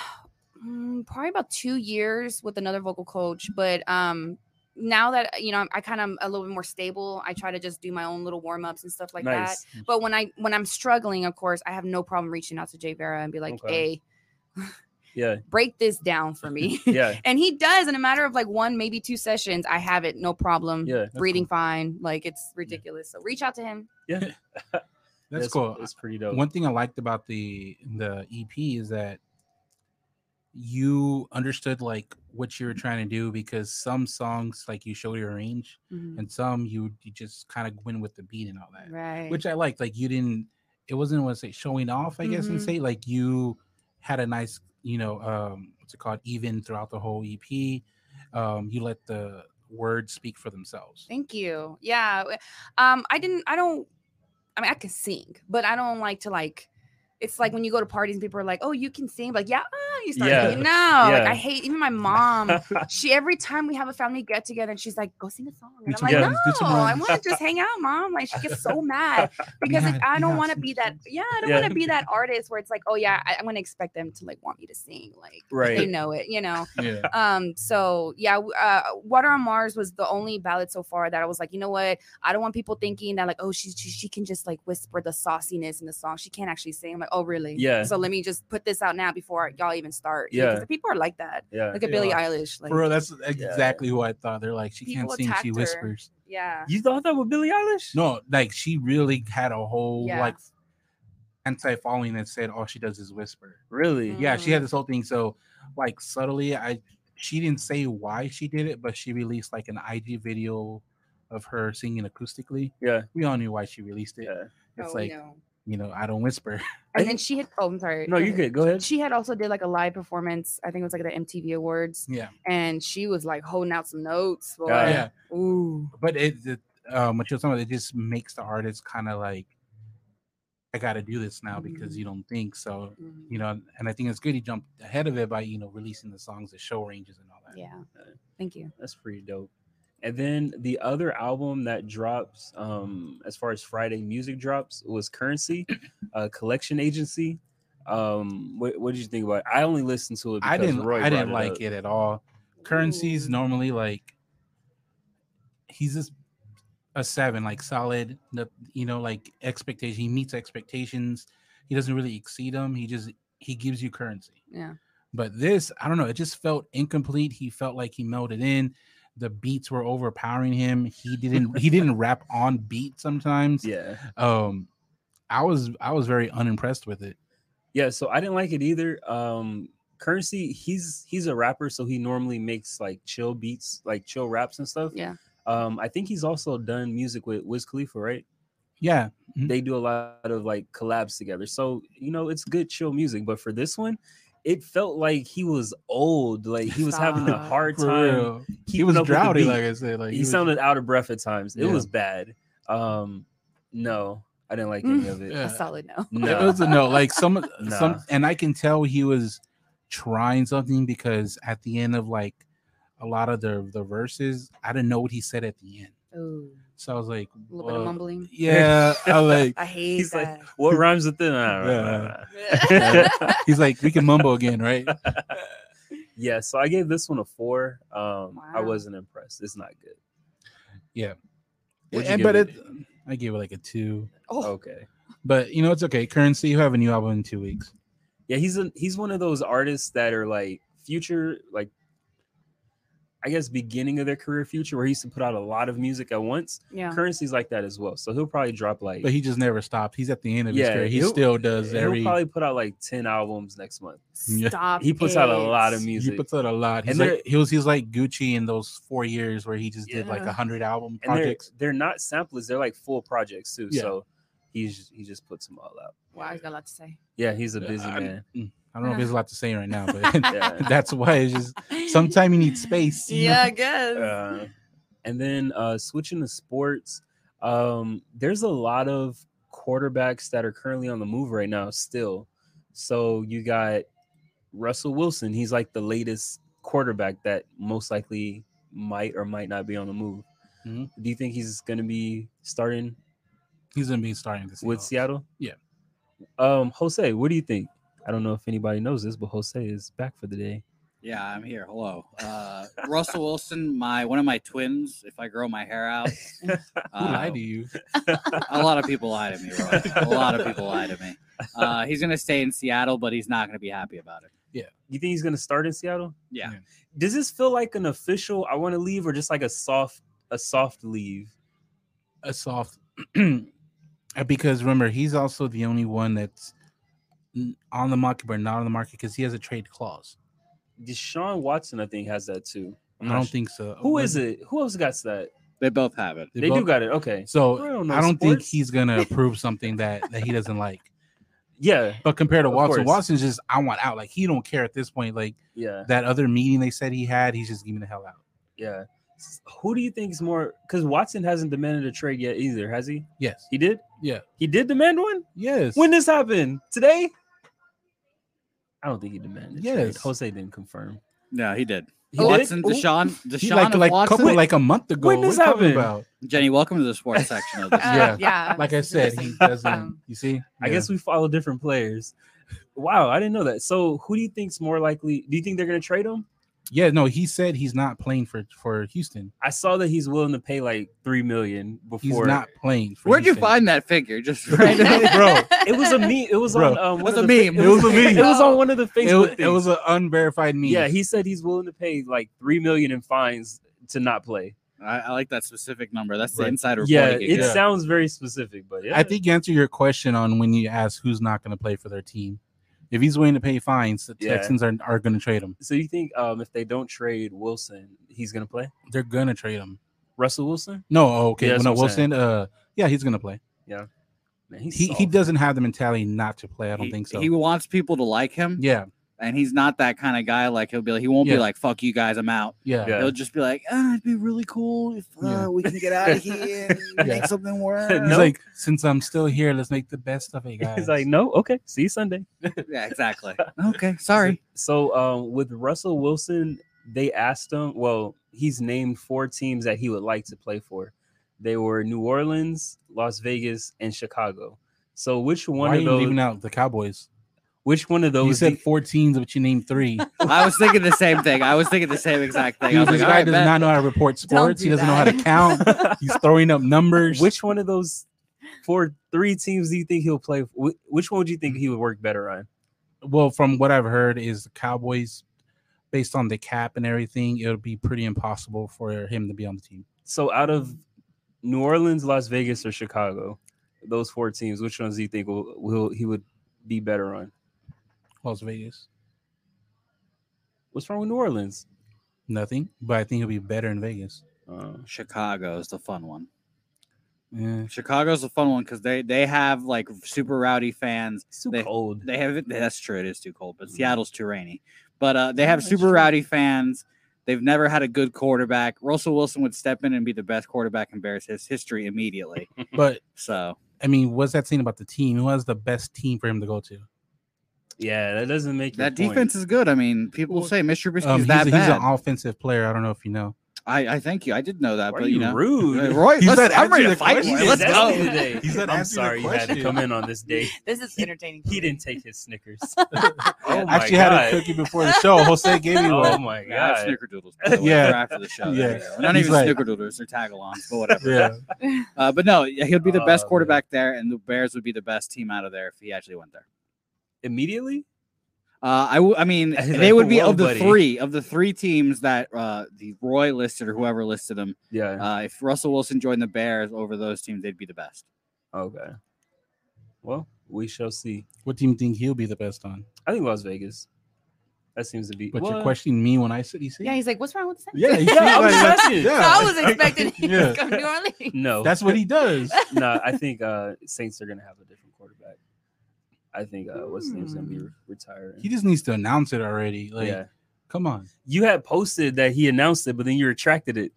[SPEAKER 4] mm, probably about two years with another vocal coach, but um, now that you know, I'm- I kind of am a little bit more stable. I try to just do my own little warm ups and stuff like that.
[SPEAKER 2] nice.
[SPEAKER 4] But when I when I'm struggling, of course, I have no problem reaching out to Jay Vera and be like,
[SPEAKER 2] Okay.
[SPEAKER 4] "Hey,
[SPEAKER 2] Yeah.
[SPEAKER 4] break this down for me." <laughs>
[SPEAKER 2] Yeah.
[SPEAKER 4] and he does in a matter of like one maybe two sessions. I have it no problem.
[SPEAKER 2] Yeah.
[SPEAKER 3] cool.
[SPEAKER 4] Reading fine, like it's ridiculous. So reach out to him.
[SPEAKER 3] <laughs>
[SPEAKER 2] Yeah.
[SPEAKER 3] That's cool.
[SPEAKER 2] It's pretty dope.
[SPEAKER 3] One thing I liked about the the EP is that you understood like what you were trying to do because some songs like you showed your range
[SPEAKER 4] Mhm.
[SPEAKER 3] and some you, you just kind of went with the beat and all that.
[SPEAKER 4] Right.
[SPEAKER 3] which I liked. Like you didn't, it wasn't what say showing off, I guess, and
[SPEAKER 4] Mhm.
[SPEAKER 3] say like you had a nice, you know, um, what's it called? Even throughout the whole EP, um, you let the words speak for themselves.
[SPEAKER 4] Thank you. Yeah. w- Um, I didn't I don't I mean I can sing, but I don't like to like it's like when you go to parties and people are like, Oh, you can sing, like, yeah, ah, you start
[SPEAKER 2] Yeah.
[SPEAKER 4] singing. No, like
[SPEAKER 2] Yeah.
[SPEAKER 4] I
[SPEAKER 3] <laughs>
[SPEAKER 4] hate even my mom. She every time we have a family get together and she's like, Go sing a song. And I'm like,
[SPEAKER 3] Yeah,
[SPEAKER 4] No,
[SPEAKER 3] let's do some
[SPEAKER 4] I
[SPEAKER 3] runs."
[SPEAKER 4] wanna just hang out, mom. Like she gets
[SPEAKER 3] <laughs>
[SPEAKER 4] so mad because
[SPEAKER 3] Yeah,
[SPEAKER 4] it, I don't
[SPEAKER 3] yeah,
[SPEAKER 4] wanna
[SPEAKER 3] sing
[SPEAKER 4] be
[SPEAKER 3] some
[SPEAKER 4] that
[SPEAKER 3] songs.
[SPEAKER 4] yeah, I don't
[SPEAKER 2] Yeah.
[SPEAKER 4] wanna be that artist where it's like, Oh yeah, I, I'm gonna expect them to like want me to sing. Like they
[SPEAKER 2] Right.
[SPEAKER 4] know it, you know
[SPEAKER 3] Yeah,
[SPEAKER 4] um so yeah w- uh water on mars was the only ballad so far that i was like you know what i don't want people thinking that like oh she she, she can just like whisper the sauciness in the song she can't actually sing i'm like oh really
[SPEAKER 2] Yeah.
[SPEAKER 4] so let me just put this out now before y'all even start You know,
[SPEAKER 2] Yeah.
[SPEAKER 4] 'cause the people are like that
[SPEAKER 2] yeah.
[SPEAKER 4] like a billie
[SPEAKER 3] Yeah.
[SPEAKER 4] eilish like
[SPEAKER 3] for real, that's exactly who I thought. They're like, she can't
[SPEAKER 4] People
[SPEAKER 3] sing, she
[SPEAKER 4] attacked her.
[SPEAKER 3] whispers.
[SPEAKER 4] yeah
[SPEAKER 2] you thought that with Billie Eilish?
[SPEAKER 3] No, like she really had a whole
[SPEAKER 4] Yeah.
[SPEAKER 3] like anti following that said all she does is whisper.
[SPEAKER 2] Really?
[SPEAKER 4] Mm.
[SPEAKER 3] Yeah, she had this whole thing. So, like subtly, I she didn't say why she did it, but she released like an IG video of her singing acoustically.
[SPEAKER 2] Yeah.
[SPEAKER 3] We all knew why she released it.
[SPEAKER 2] Yeah.
[SPEAKER 3] It's
[SPEAKER 4] oh,
[SPEAKER 3] like
[SPEAKER 4] no.
[SPEAKER 3] you know, I don't whisper. <laughs>
[SPEAKER 2] I
[SPEAKER 4] and then
[SPEAKER 2] think-
[SPEAKER 4] she had oh i'm sorry
[SPEAKER 2] No,
[SPEAKER 4] go
[SPEAKER 2] you
[SPEAKER 4] ahead.
[SPEAKER 2] good. Go ahead.
[SPEAKER 4] she had also did like a live performance i think it was like the mtv awards
[SPEAKER 3] yeah,
[SPEAKER 2] Mm.
[SPEAKER 4] and she was like holding out some notes boy.
[SPEAKER 2] Yeah.
[SPEAKER 3] yeah.
[SPEAKER 4] Ooh.
[SPEAKER 3] But it, it um, what you're talking about, it just makes the artist kind of like, I got to do this now
[SPEAKER 4] Mm-hmm.
[SPEAKER 3] because you don't think so.
[SPEAKER 4] Mhm.
[SPEAKER 3] You know, and I think it's good he jumped ahead of it by you know releasing the songs, the show ranges, and all that.
[SPEAKER 4] yeah thank you
[SPEAKER 2] That's pretty dope. And then the other album that drops, um, as far as Friday music drops, was
[SPEAKER 3] <clears throat>
[SPEAKER 2] Currency, uh, Collection Agency. Um, what, what did you think about it? I only listened to it because
[SPEAKER 3] I didn't,
[SPEAKER 2] Roy brought
[SPEAKER 3] I didn't
[SPEAKER 2] it
[SPEAKER 3] like
[SPEAKER 2] up.
[SPEAKER 3] it at all. currency's
[SPEAKER 4] Ooh.
[SPEAKER 3] normally like he's just a seven like solid no- you know like expectation he meets expectations he doesn't really exceed them he just he gives you currency
[SPEAKER 4] Yeah.
[SPEAKER 3] but this i don't know it just felt incomplete he felt like he melted in the beats were overpowering him he
[SPEAKER 2] <laughs>
[SPEAKER 3] didn't he didn't rap on beat sometimes
[SPEAKER 2] Yeah.
[SPEAKER 3] um i was i was very unimpressed with it
[SPEAKER 2] Yeah, so I didn't like it either. Um Currency, he's he's a rapper, so he normally makes like chill beats, like chill raps and stuff.
[SPEAKER 4] Yeah.
[SPEAKER 2] Um, I think he's also done music with Wiz Khalifa, right?
[SPEAKER 3] yeah
[SPEAKER 4] Mm-hmm.
[SPEAKER 3] Mhm.
[SPEAKER 2] They do a lot of like collabs together. So, you know, it's good chill music. But for this one, it felt like he was old, like he was having a
[SPEAKER 4] Stop.
[SPEAKER 2] hard
[SPEAKER 3] for
[SPEAKER 2] time.
[SPEAKER 3] real. he
[SPEAKER 2] keeping
[SPEAKER 3] was
[SPEAKER 2] up with the
[SPEAKER 3] droughty
[SPEAKER 2] beat.
[SPEAKER 3] like i said like
[SPEAKER 2] he sounded out of breath at times. It
[SPEAKER 3] Yeah.
[SPEAKER 2] was bad. Um, no, I didn't like
[SPEAKER 4] Mm.
[SPEAKER 2] any of it. <laughs>
[SPEAKER 3] Yeah.
[SPEAKER 4] a solid no.
[SPEAKER 2] No.
[SPEAKER 3] It was a no.
[SPEAKER 4] <laughs>
[SPEAKER 3] Like some
[SPEAKER 2] Nah.
[SPEAKER 3] some and I can tell he was trying something because at the end of like a lot of the the verses, I didn't know what he said at the end.
[SPEAKER 4] Ooh,
[SPEAKER 3] So I was like,
[SPEAKER 4] a little Oh, bit of
[SPEAKER 3] "Well,
[SPEAKER 4] mumbling.
[SPEAKER 3] Yeah. I like
[SPEAKER 4] <laughs> I hate
[SPEAKER 2] He's like,
[SPEAKER 4] that.
[SPEAKER 2] what rhymes with it?
[SPEAKER 3] Yeah.
[SPEAKER 2] <laughs> Yeah.
[SPEAKER 3] he's like, we can mumble again, right?
[SPEAKER 2] Yeah, so I gave this one a four. Um, I
[SPEAKER 4] Wow.
[SPEAKER 2] wasn't impressed. It's not good. What'd you
[SPEAKER 3] And
[SPEAKER 2] give
[SPEAKER 3] but
[SPEAKER 2] it?
[SPEAKER 3] it I gave it like a two.
[SPEAKER 4] <laughs> oh,
[SPEAKER 2] Okay.
[SPEAKER 3] But you know, it's okay. Currency, you have a new album in two weeks.
[SPEAKER 2] Yeah, he's a, he's one of those artists that are like future. Like I guess beginning of their career future where he used to put out a lot of music at once.
[SPEAKER 4] Yeah.
[SPEAKER 2] Currency's like that as well. So he'll probably drop like
[SPEAKER 3] But he just never stopped. He's at the end of his
[SPEAKER 2] Yeah,
[SPEAKER 3] career. He
[SPEAKER 2] he'll-
[SPEAKER 3] still does
[SPEAKER 2] he'll
[SPEAKER 3] every.
[SPEAKER 2] probably put out like 10 albums next month.
[SPEAKER 3] Yeah.
[SPEAKER 4] Stop.
[SPEAKER 2] He puts out a
[SPEAKER 4] it.
[SPEAKER 2] lot of
[SPEAKER 3] He
[SPEAKER 2] music.
[SPEAKER 3] puts out a lot. He's
[SPEAKER 2] And
[SPEAKER 3] like,
[SPEAKER 2] they're-
[SPEAKER 3] he was he's like Gucci in those four years where he just did like
[SPEAKER 4] Yeah.
[SPEAKER 3] a hundred album
[SPEAKER 2] and they're,
[SPEAKER 3] projects.
[SPEAKER 2] they're not samplers, they're like full projects too.
[SPEAKER 3] Yeah.
[SPEAKER 2] So he's he just puts them all out.
[SPEAKER 4] Wow, he's got a lot to say.
[SPEAKER 2] Yeah, he's a busy
[SPEAKER 3] I'm-
[SPEAKER 2] man.
[SPEAKER 3] mm, I don't know if there's a lot to say right now,
[SPEAKER 4] <laughs>
[SPEAKER 3] but
[SPEAKER 2] <laughs> Yeah.
[SPEAKER 3] <laughs> that's why it's just sometimes you need space. you know?
[SPEAKER 2] <laughs>
[SPEAKER 4] Yeah, I guess.
[SPEAKER 2] Uh, and then uh, switching to sports, um, there's a lot of quarterbacks that are currently on the move right now still. So you got Russell Wilson. He's like the latest quarterback that most likely might or might not be on the move.
[SPEAKER 3] Mhm.
[SPEAKER 2] Do you think he's going to be starting
[SPEAKER 3] He's gonna be starting this
[SPEAKER 2] with Seattle?
[SPEAKER 3] Yeah.
[SPEAKER 2] Um, Jose, what do you think? I don't know if anybody knows this, but Jose is back for the day.
[SPEAKER 5] Yeah, I'm here. Hello, uh, Russell Wilson, my one of my twins. If I grow my hair out,
[SPEAKER 3] <laughs> Who
[SPEAKER 5] uh,
[SPEAKER 3] lied to you?
[SPEAKER 5] a lot of people lie to me. Roy. A lot of people lie to me. Uh, he's gonna stay in Seattle, but he's not gonna be happy about it.
[SPEAKER 2] You think he's going to start in Seattle?
[SPEAKER 5] Yeah,
[SPEAKER 3] Yeah.
[SPEAKER 2] does this feel like an official I want to leave or just like a soft a soft leave?
[SPEAKER 3] A soft <clears throat> Uh, because remember he's also the only one that's n- on the market but not on the market because he has a trade clause.
[SPEAKER 2] Deshaun Watson, I think, has that too. I'm
[SPEAKER 3] I
[SPEAKER 2] not
[SPEAKER 3] don't
[SPEAKER 2] su-
[SPEAKER 3] think so.
[SPEAKER 2] Who is it? Who else got that?
[SPEAKER 5] they both have it.
[SPEAKER 2] They, do got it. Okay.
[SPEAKER 3] So
[SPEAKER 2] I
[SPEAKER 3] I
[SPEAKER 2] don't
[SPEAKER 3] don't,
[SPEAKER 2] know
[SPEAKER 3] think
[SPEAKER 2] sports. <laughs>
[SPEAKER 3] he's gonna approve something that that he doesn't like.
[SPEAKER 2] Yeah.
[SPEAKER 3] But compared to
[SPEAKER 2] Of
[SPEAKER 3] Watson,
[SPEAKER 2] course.
[SPEAKER 3] Watson's just I want out. Like he don't care at this point. Like
[SPEAKER 2] Yeah.
[SPEAKER 3] that other meeting they said he had, he's just giving the hell out.
[SPEAKER 2] Yeah. S- Who do you think is more? Because Watson hasn't demanded a trade yet either, has he?
[SPEAKER 3] Yes.
[SPEAKER 2] He did.
[SPEAKER 3] Yeah.
[SPEAKER 2] He did demand one.
[SPEAKER 3] Yes.
[SPEAKER 2] When this happened today? I don't think he demanded. a trade.
[SPEAKER 3] Yes.
[SPEAKER 2] Jose didn't confirm.
[SPEAKER 5] No, he did.
[SPEAKER 2] He did?
[SPEAKER 5] Watson,
[SPEAKER 2] Ooh.
[SPEAKER 5] Deshaun,
[SPEAKER 3] he
[SPEAKER 5] Deshaun,
[SPEAKER 3] like
[SPEAKER 5] and
[SPEAKER 3] like
[SPEAKER 5] Watson.
[SPEAKER 3] couple like a month ago.
[SPEAKER 2] When this
[SPEAKER 3] What are you talking
[SPEAKER 2] happened?
[SPEAKER 3] about?
[SPEAKER 5] Jenny, welcome to the sports
[SPEAKER 3] <laughs>
[SPEAKER 5] section of this.
[SPEAKER 4] Uh,
[SPEAKER 3] Yeah.
[SPEAKER 4] yeah.
[SPEAKER 3] Like I said,
[SPEAKER 4] <laughs>
[SPEAKER 3] he doesn't. You see?
[SPEAKER 2] I guess we follow different players. Wow, I didn't know that. So, who do you think's more likely? Do you think they're going to trade him?
[SPEAKER 3] Yeah. No, he said he's not playing for for Houston.
[SPEAKER 2] I saw that he's willing to pay like three million
[SPEAKER 3] He's
[SPEAKER 2] before. <laughs>
[SPEAKER 3] not playing. For
[SPEAKER 5] Where'd you
[SPEAKER 3] Houston.
[SPEAKER 5] find that figure? Just <laughs> right now.
[SPEAKER 3] <laughs> bro?
[SPEAKER 2] It was a me. It was
[SPEAKER 3] Bro,
[SPEAKER 2] on. Um, one
[SPEAKER 5] what's
[SPEAKER 2] of
[SPEAKER 5] a
[SPEAKER 2] the fa-
[SPEAKER 5] meme?
[SPEAKER 2] It <laughs> was a meme. It was on
[SPEAKER 4] No.
[SPEAKER 2] one of the
[SPEAKER 3] It was,
[SPEAKER 2] Facebook.
[SPEAKER 3] it was
[SPEAKER 2] things.
[SPEAKER 3] an unverified meme.
[SPEAKER 2] yeah, he said he's willing to pay like three million in fines to not play.
[SPEAKER 5] I, I like that specific number. That's the
[SPEAKER 3] Right.
[SPEAKER 5] inside report.
[SPEAKER 2] Yeah,
[SPEAKER 5] I get.
[SPEAKER 2] it
[SPEAKER 3] Yeah.
[SPEAKER 2] sounds very specific, but yeah.
[SPEAKER 3] I think you answer your question on when you ask who's not going to play for their team. If he's willing to pay fines, the
[SPEAKER 2] Yeah.
[SPEAKER 3] Texans are, are going to trade him.
[SPEAKER 2] so. You think um, if they don't trade Wilson, he's going to play
[SPEAKER 3] They're going to trade him.
[SPEAKER 2] Russell Wilson?
[SPEAKER 3] No, oh, okay.
[SPEAKER 2] Yeah, that's
[SPEAKER 3] no,
[SPEAKER 2] what I'm saying.
[SPEAKER 3] Wilson. Uh, yeah, he's going to play.
[SPEAKER 2] Man, he's
[SPEAKER 3] He he
[SPEAKER 2] soft.
[SPEAKER 3] doesn't have the mentality not to play. I don't
[SPEAKER 5] He-
[SPEAKER 3] think so.
[SPEAKER 5] He wants people to like him,
[SPEAKER 3] yeah,
[SPEAKER 5] and he's not that kind of guy. Like he'll be, he won't
[SPEAKER 3] Yeah.
[SPEAKER 5] be like, "Fuck you guys, I'm out."
[SPEAKER 3] yeah,
[SPEAKER 2] Yeah.
[SPEAKER 5] He'll just be like, "Ah, it'd be really cool if uh,
[SPEAKER 3] Yeah.
[SPEAKER 5] we can get out of here and make
[SPEAKER 3] Yeah.
[SPEAKER 5] something work."
[SPEAKER 3] He's
[SPEAKER 2] No.
[SPEAKER 3] like, since I'm still here, let's make the best of it, guys.
[SPEAKER 2] <laughs> <laughs> He's like, no, okay, see you Sunday.
[SPEAKER 5] yeah,
[SPEAKER 3] <laughs>
[SPEAKER 5] exactly. Okay, sorry.
[SPEAKER 2] So um, with Russell Wilson, they asked him. Well, he's named four teams that he would like to play for. They were New Orleans, Las Vegas, and Chicago. So which one
[SPEAKER 3] why are
[SPEAKER 2] of
[SPEAKER 3] you
[SPEAKER 2] those?
[SPEAKER 3] leaving out the Cowboys?
[SPEAKER 2] Which one of those?
[SPEAKER 3] You said
[SPEAKER 2] do-
[SPEAKER 3] four teams, but you named
[SPEAKER 5] <laughs>
[SPEAKER 3] three.
[SPEAKER 5] I was thinking the same thing. I was thinking the same exact thing. I
[SPEAKER 3] Dude,
[SPEAKER 5] was
[SPEAKER 3] this
[SPEAKER 5] like,
[SPEAKER 3] guy
[SPEAKER 5] "All right,
[SPEAKER 3] does
[SPEAKER 5] bet."
[SPEAKER 3] not know how to report sports.
[SPEAKER 4] do
[SPEAKER 3] he doesn't know how to
[SPEAKER 5] <laughs>
[SPEAKER 4] that.
[SPEAKER 3] count.
[SPEAKER 2] <laughs>
[SPEAKER 3] He's throwing up numbers.
[SPEAKER 2] which one of those four three teams do you think he'll play? For? Wh- Which one would you think he would work better on?
[SPEAKER 3] well, from what I've heard, is the Cowboys, based on the cap and everything, it'll be pretty impossible for him to be on the team.
[SPEAKER 2] So out of New Orleans, Las Vegas, or Chicago, those four teams, which ones do you think will, will he would be better on?
[SPEAKER 3] Las Vegas,
[SPEAKER 2] What's wrong with New Orleans?
[SPEAKER 3] nothing. But I think he'll be better in Vegas.
[SPEAKER 2] Uh,
[SPEAKER 5] Chicago is the fun one. <laughs>
[SPEAKER 3] Yeah.
[SPEAKER 5] Chicago's the fun one because they they have like super rowdy fans.
[SPEAKER 2] it's too
[SPEAKER 5] They-
[SPEAKER 2] cold.
[SPEAKER 5] They have that's true. It is too cold, but
[SPEAKER 2] Mhm.
[SPEAKER 5] Seattle's too rainy. But uh, they
[SPEAKER 2] Yeah,
[SPEAKER 5] have
[SPEAKER 2] that's
[SPEAKER 5] super
[SPEAKER 2] true.
[SPEAKER 5] rowdy fans. They've never had a good quarterback. Russell Wilson would step in and be the best quarterback in Bears his history immediately.
[SPEAKER 3] But
[SPEAKER 5] So
[SPEAKER 3] I mean, what's that saying about the team? Who has the best team for him to go to?
[SPEAKER 2] Yeah, that doesn't make your
[SPEAKER 5] that
[SPEAKER 2] point.
[SPEAKER 5] defense is good. I mean, people
[SPEAKER 3] Well,
[SPEAKER 5] say Mr. Trubisky
[SPEAKER 3] Um, he's,
[SPEAKER 5] is that
[SPEAKER 3] a- he's
[SPEAKER 5] bad.
[SPEAKER 3] an offensive player. I don't know if you know.
[SPEAKER 5] I, I thank you. I did know that,
[SPEAKER 2] Why are
[SPEAKER 5] but
[SPEAKER 2] you,
[SPEAKER 5] you know, Hey,
[SPEAKER 2] <laughs> rude?
[SPEAKER 5] Roy,
[SPEAKER 3] He's
[SPEAKER 5] let's-
[SPEAKER 3] not
[SPEAKER 5] I'm
[SPEAKER 3] answering
[SPEAKER 5] ready to
[SPEAKER 3] the
[SPEAKER 5] fight.
[SPEAKER 3] question.
[SPEAKER 5] Roy. Let's
[SPEAKER 3] He's
[SPEAKER 5] go.
[SPEAKER 3] asking the-
[SPEAKER 2] Today.
[SPEAKER 3] He's not
[SPEAKER 2] <laughs> I'm
[SPEAKER 3] answering the
[SPEAKER 2] sorry you had to
[SPEAKER 3] question.
[SPEAKER 2] come in on this
[SPEAKER 3] <laughs>
[SPEAKER 2] day.
[SPEAKER 4] <laughs> This is entertaining.
[SPEAKER 2] He didn't take his Snickers. <laughs>
[SPEAKER 5] I
[SPEAKER 2] Oh my
[SPEAKER 3] actually had a
[SPEAKER 2] god.
[SPEAKER 3] cookie before the show. Jose gave
[SPEAKER 5] <laughs>
[SPEAKER 3] me
[SPEAKER 2] Oh
[SPEAKER 3] one.
[SPEAKER 2] my
[SPEAKER 5] Yeah, I have
[SPEAKER 2] god.
[SPEAKER 5] snickerdoodles. by the way.
[SPEAKER 3] Yeah.
[SPEAKER 5] They're after the show. There
[SPEAKER 3] Yeah.
[SPEAKER 5] you go. Not
[SPEAKER 3] He's
[SPEAKER 5] even
[SPEAKER 3] like-
[SPEAKER 5] snickerdoodles. They're tagalongs, but whatever.
[SPEAKER 3] Yeah,
[SPEAKER 5] Uh, but no, yeah, he'll be the
[SPEAKER 2] Oh,
[SPEAKER 5] best
[SPEAKER 2] man.
[SPEAKER 5] quarterback there, and the Bears would be the best team out of there if he actually went there.
[SPEAKER 2] Immediately?
[SPEAKER 5] Uh, I, w- I mean,
[SPEAKER 2] He's
[SPEAKER 5] they
[SPEAKER 2] like,
[SPEAKER 5] would be
[SPEAKER 2] "Whoa,
[SPEAKER 5] of the
[SPEAKER 2] buddy."
[SPEAKER 5] three of the three teams that uh, the Roy listed or whoever listed them.
[SPEAKER 2] Yeah.
[SPEAKER 5] Uh, if Russell Wilson joined the Bears over those teams, they'd be the best.
[SPEAKER 2] Uh, okay. Well, we shall see.
[SPEAKER 3] What do you think he'll be the best on?
[SPEAKER 2] I think Las Vegas. That seems to be.
[SPEAKER 3] But you're
[SPEAKER 2] What?
[SPEAKER 3] questioning me when I said he said.
[SPEAKER 4] <laughs> Yeah, he's like, what's wrong with the
[SPEAKER 3] Yeah,
[SPEAKER 4] <laughs> Saints?"
[SPEAKER 3] he's-
[SPEAKER 2] Yeah, I was
[SPEAKER 3] Like,
[SPEAKER 2] asking.
[SPEAKER 3] yeah.
[SPEAKER 4] So I was
[SPEAKER 3] <laughs>
[SPEAKER 4] expecting he
[SPEAKER 3] Yeah.
[SPEAKER 4] was going to
[SPEAKER 3] <laughs>
[SPEAKER 4] New Orleans.
[SPEAKER 2] No,
[SPEAKER 3] That's what he
[SPEAKER 4] <laughs>
[SPEAKER 3] does.
[SPEAKER 2] <laughs> no, I think uh, Saints are gonna have a different quarterback. I think uh, what's his name's gonna be
[SPEAKER 4] Hmm.
[SPEAKER 2] re- retiring.
[SPEAKER 3] He just needs to announce it already. Like,
[SPEAKER 2] yeah,
[SPEAKER 3] come on.
[SPEAKER 2] you had posted that he announced it, but then you retracted it.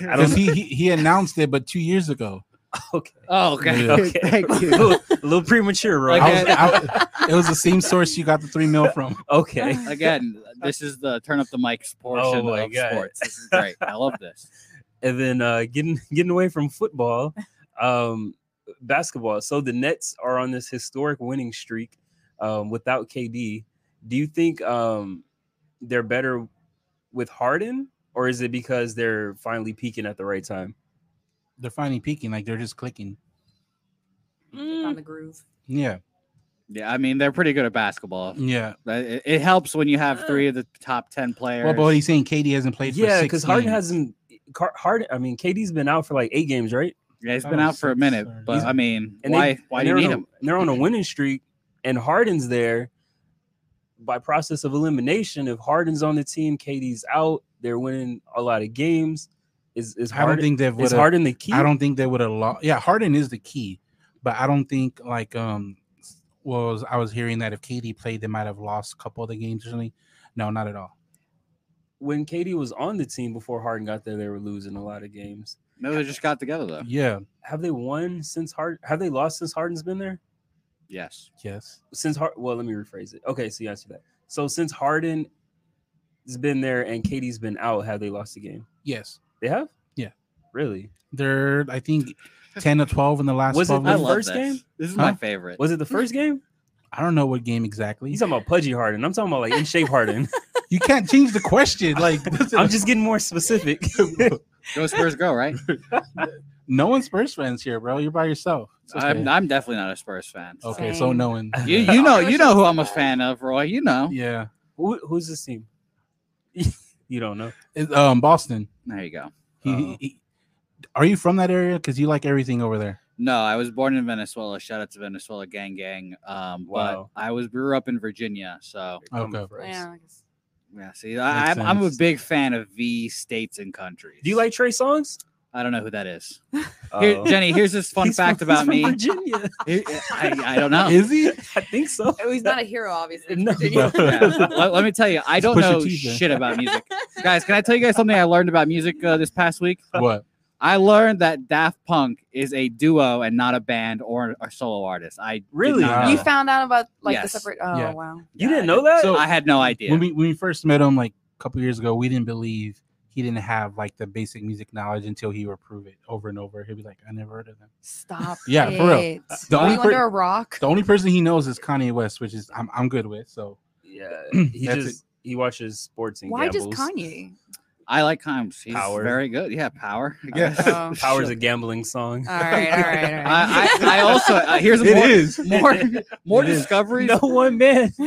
[SPEAKER 2] I don't.
[SPEAKER 3] Because he, he he announced it, but two
[SPEAKER 2] <laughs>
[SPEAKER 3] years ago.
[SPEAKER 2] Okay,
[SPEAKER 5] <laughs> Oh, okay. <laughs>
[SPEAKER 2] <laughs>
[SPEAKER 3] Yeah.
[SPEAKER 2] Okay.
[SPEAKER 5] Thank
[SPEAKER 2] a
[SPEAKER 5] you.
[SPEAKER 2] little, a little premature, right?
[SPEAKER 3] I
[SPEAKER 5] Okay.
[SPEAKER 3] was, I, <laughs> it was the same source you got the three mil from.
[SPEAKER 2] <laughs>
[SPEAKER 5] <laughs>
[SPEAKER 2] Okay,
[SPEAKER 5] Again, this is the turn up the mics portion
[SPEAKER 2] my
[SPEAKER 5] of
[SPEAKER 2] God.
[SPEAKER 5] sports. This is great. I love this.
[SPEAKER 2] and then uh, getting getting away from football, um, basketball. So the Nets are on this historic winning streak um, without KD. Do you think um, they're better with Harden, or is it because they're finally peaking at the right time?
[SPEAKER 3] They're finally peaking. Like they're just clicking.
[SPEAKER 4] On the groove.
[SPEAKER 3] Yeah,
[SPEAKER 5] <laughs> Yeah, I mean, they're pretty good at basketball.
[SPEAKER 2] Mm.
[SPEAKER 3] yeah.
[SPEAKER 5] That- It, it helps when you have three of the top 10 players.
[SPEAKER 3] Well, but what he's saying, Katie hasn't played.
[SPEAKER 2] yeah,
[SPEAKER 3] for
[SPEAKER 2] because
[SPEAKER 3] because
[SPEAKER 2] Harden hasn't. Car- Harden, I mean, KD's been out for like eight games, right?
[SPEAKER 5] yeah, he's
[SPEAKER 3] Oh,
[SPEAKER 5] been out for a
[SPEAKER 3] six
[SPEAKER 5] minute,
[SPEAKER 3] or-
[SPEAKER 5] but
[SPEAKER 3] He's-
[SPEAKER 5] I mean,
[SPEAKER 2] and they-
[SPEAKER 5] why, why
[SPEAKER 2] And
[SPEAKER 5] do you
[SPEAKER 2] they're
[SPEAKER 5] need
[SPEAKER 2] on a-
[SPEAKER 5] him?
[SPEAKER 2] They're on a winning streak, and Harden's there by process of elimination. If Harden's on the team, KD's out. They're winning a lot of games. Is is
[SPEAKER 3] I don't
[SPEAKER 2] Harden?
[SPEAKER 3] think they've.
[SPEAKER 2] Is Harden the key?
[SPEAKER 3] I don't think they would have lost. Yeah, Harden is the key, but I don't think like um was I was hearing that if KD played, they might have lost a couple of the games or something. No, not at all.
[SPEAKER 2] When KD was on the team before Harden got there, they were losing a lot of games.
[SPEAKER 5] No, they just got together,
[SPEAKER 2] Uh.
[SPEAKER 5] though.
[SPEAKER 3] Yeah.
[SPEAKER 2] Have they won since Harden? Have they lost since Harden's been there?
[SPEAKER 5] Yes.
[SPEAKER 3] Yes.
[SPEAKER 2] Since Hard? Well, let me rephrase it. Okay, so you answer that. So since Harden has been there and KD's been out, have they lost a game?
[SPEAKER 3] Yes.
[SPEAKER 2] They have?
[SPEAKER 3] Yeah.
[SPEAKER 2] Really?
[SPEAKER 3] They're I think
[SPEAKER 2] <laughs>
[SPEAKER 3] ten to twelve in the last.
[SPEAKER 2] Was it
[SPEAKER 3] 12
[SPEAKER 2] the
[SPEAKER 5] I
[SPEAKER 3] games.
[SPEAKER 5] love
[SPEAKER 2] first
[SPEAKER 5] this.
[SPEAKER 2] game?
[SPEAKER 5] This is
[SPEAKER 3] Huh?
[SPEAKER 5] my favorite.
[SPEAKER 2] Was it the first game?
[SPEAKER 3] I don't know what
[SPEAKER 2] <laughs>
[SPEAKER 3] game exactly.
[SPEAKER 2] He's talking about pudgy Harden. I'm talking about like in shape
[SPEAKER 5] <laughs>
[SPEAKER 2] Harden.
[SPEAKER 3] you can't change the question. Like
[SPEAKER 2] <laughs> I'm just getting more specific.
[SPEAKER 5] <laughs>
[SPEAKER 2] <laughs>
[SPEAKER 5] Go Spurs, go, right?
[SPEAKER 3] <laughs> no one's Spurs fans here, bro. You're by yourself. It's
[SPEAKER 5] I'm, I'm definitely not a Spurs fan. so-
[SPEAKER 3] okay, so no
[SPEAKER 2] <laughs>
[SPEAKER 3] one.
[SPEAKER 5] You, you know you know who I'm a fan of, Roy. You know.
[SPEAKER 3] <laughs> Yeah.
[SPEAKER 2] Who, who's this team? <laughs> you don't know.
[SPEAKER 3] It's, um Boston.
[SPEAKER 5] There you go.
[SPEAKER 3] He-
[SPEAKER 2] Uh-oh.
[SPEAKER 3] he- are you from that area? Because you like everything over there.
[SPEAKER 5] No, I was born in Venezuela. Shout out to Venezuela, gang, gang. Um,
[SPEAKER 2] Wow.
[SPEAKER 5] But I was grew up in Virginia, so
[SPEAKER 2] They're coming
[SPEAKER 3] Okay.
[SPEAKER 2] for us.
[SPEAKER 4] Yeah, I guess.
[SPEAKER 5] yeah. See, I, I'm,
[SPEAKER 3] Makes
[SPEAKER 5] I'm a
[SPEAKER 3] sense.
[SPEAKER 5] big fan of the states and countries.
[SPEAKER 2] Do you like Trey Songs?
[SPEAKER 5] I don't know who that is. Here,
[SPEAKER 2] Oh.
[SPEAKER 5] Jenny,
[SPEAKER 2] <laughs>
[SPEAKER 5] here's this fun
[SPEAKER 2] He's
[SPEAKER 5] fact
[SPEAKER 2] from- he's
[SPEAKER 5] about
[SPEAKER 2] from
[SPEAKER 5] me.
[SPEAKER 2] Virginia.
[SPEAKER 5] Here- <laughs> I, I don't know.
[SPEAKER 3] Is he?
[SPEAKER 2] I think so. <laughs>
[SPEAKER 4] Oh, he's not a hero, obviously.
[SPEAKER 2] No.
[SPEAKER 4] Virginia.
[SPEAKER 5] <laughs> Yeah. Let, let me tell you, I
[SPEAKER 3] It's
[SPEAKER 5] don't
[SPEAKER 3] Pusha
[SPEAKER 5] know
[SPEAKER 3] T, man.
[SPEAKER 5] shit about
[SPEAKER 2] <laughs>
[SPEAKER 5] music. guys, can I tell you guys something I learned about music uh, this past week?
[SPEAKER 3] What?
[SPEAKER 5] I learned that Daft Punk is a duo and not a band or a solo artist. I did
[SPEAKER 2] Really?
[SPEAKER 5] not know
[SPEAKER 4] You
[SPEAKER 3] Oh.
[SPEAKER 4] found out about like
[SPEAKER 5] Uh, Yes.
[SPEAKER 4] the separate. Oh
[SPEAKER 3] Yeah.
[SPEAKER 4] wow.
[SPEAKER 2] <laughs> You
[SPEAKER 5] Yeah,
[SPEAKER 2] didn't
[SPEAKER 5] I
[SPEAKER 2] know that?
[SPEAKER 3] So-
[SPEAKER 5] I had no idea.
[SPEAKER 3] When we when we first met him like a couple years ago, we didn't believe he didn't have like the basic music knowledge until he would prove it over and over. He'd be like, I never heard of them.
[SPEAKER 4] Stop.
[SPEAKER 3] Yeah,
[SPEAKER 4] it.
[SPEAKER 3] for real. The
[SPEAKER 4] Were
[SPEAKER 3] only
[SPEAKER 4] you
[SPEAKER 3] per-
[SPEAKER 4] under a rock?
[SPEAKER 3] The only person he knows is Kanye West, which is I'm I'm good with. So
[SPEAKER 2] yeah. <clears throat> He
[SPEAKER 3] That's
[SPEAKER 2] just he watches sports and
[SPEAKER 4] Why just
[SPEAKER 2] gambles.
[SPEAKER 4] Kanye?
[SPEAKER 5] I like Kimes. He's
[SPEAKER 2] Power.
[SPEAKER 5] very good. Yeah, power. I
[SPEAKER 3] Yeah.
[SPEAKER 5] guess.
[SPEAKER 4] Oh.
[SPEAKER 2] Power's a gambling song.
[SPEAKER 4] All right, all right, all right.
[SPEAKER 5] I, I, I
[SPEAKER 4] <laughs>
[SPEAKER 5] also
[SPEAKER 2] <laughs>
[SPEAKER 5] uh, here's
[SPEAKER 3] It
[SPEAKER 5] more
[SPEAKER 3] is.
[SPEAKER 5] <laughs> more more
[SPEAKER 3] It is.
[SPEAKER 5] discoveries.
[SPEAKER 2] no one man.
[SPEAKER 5] <laughs>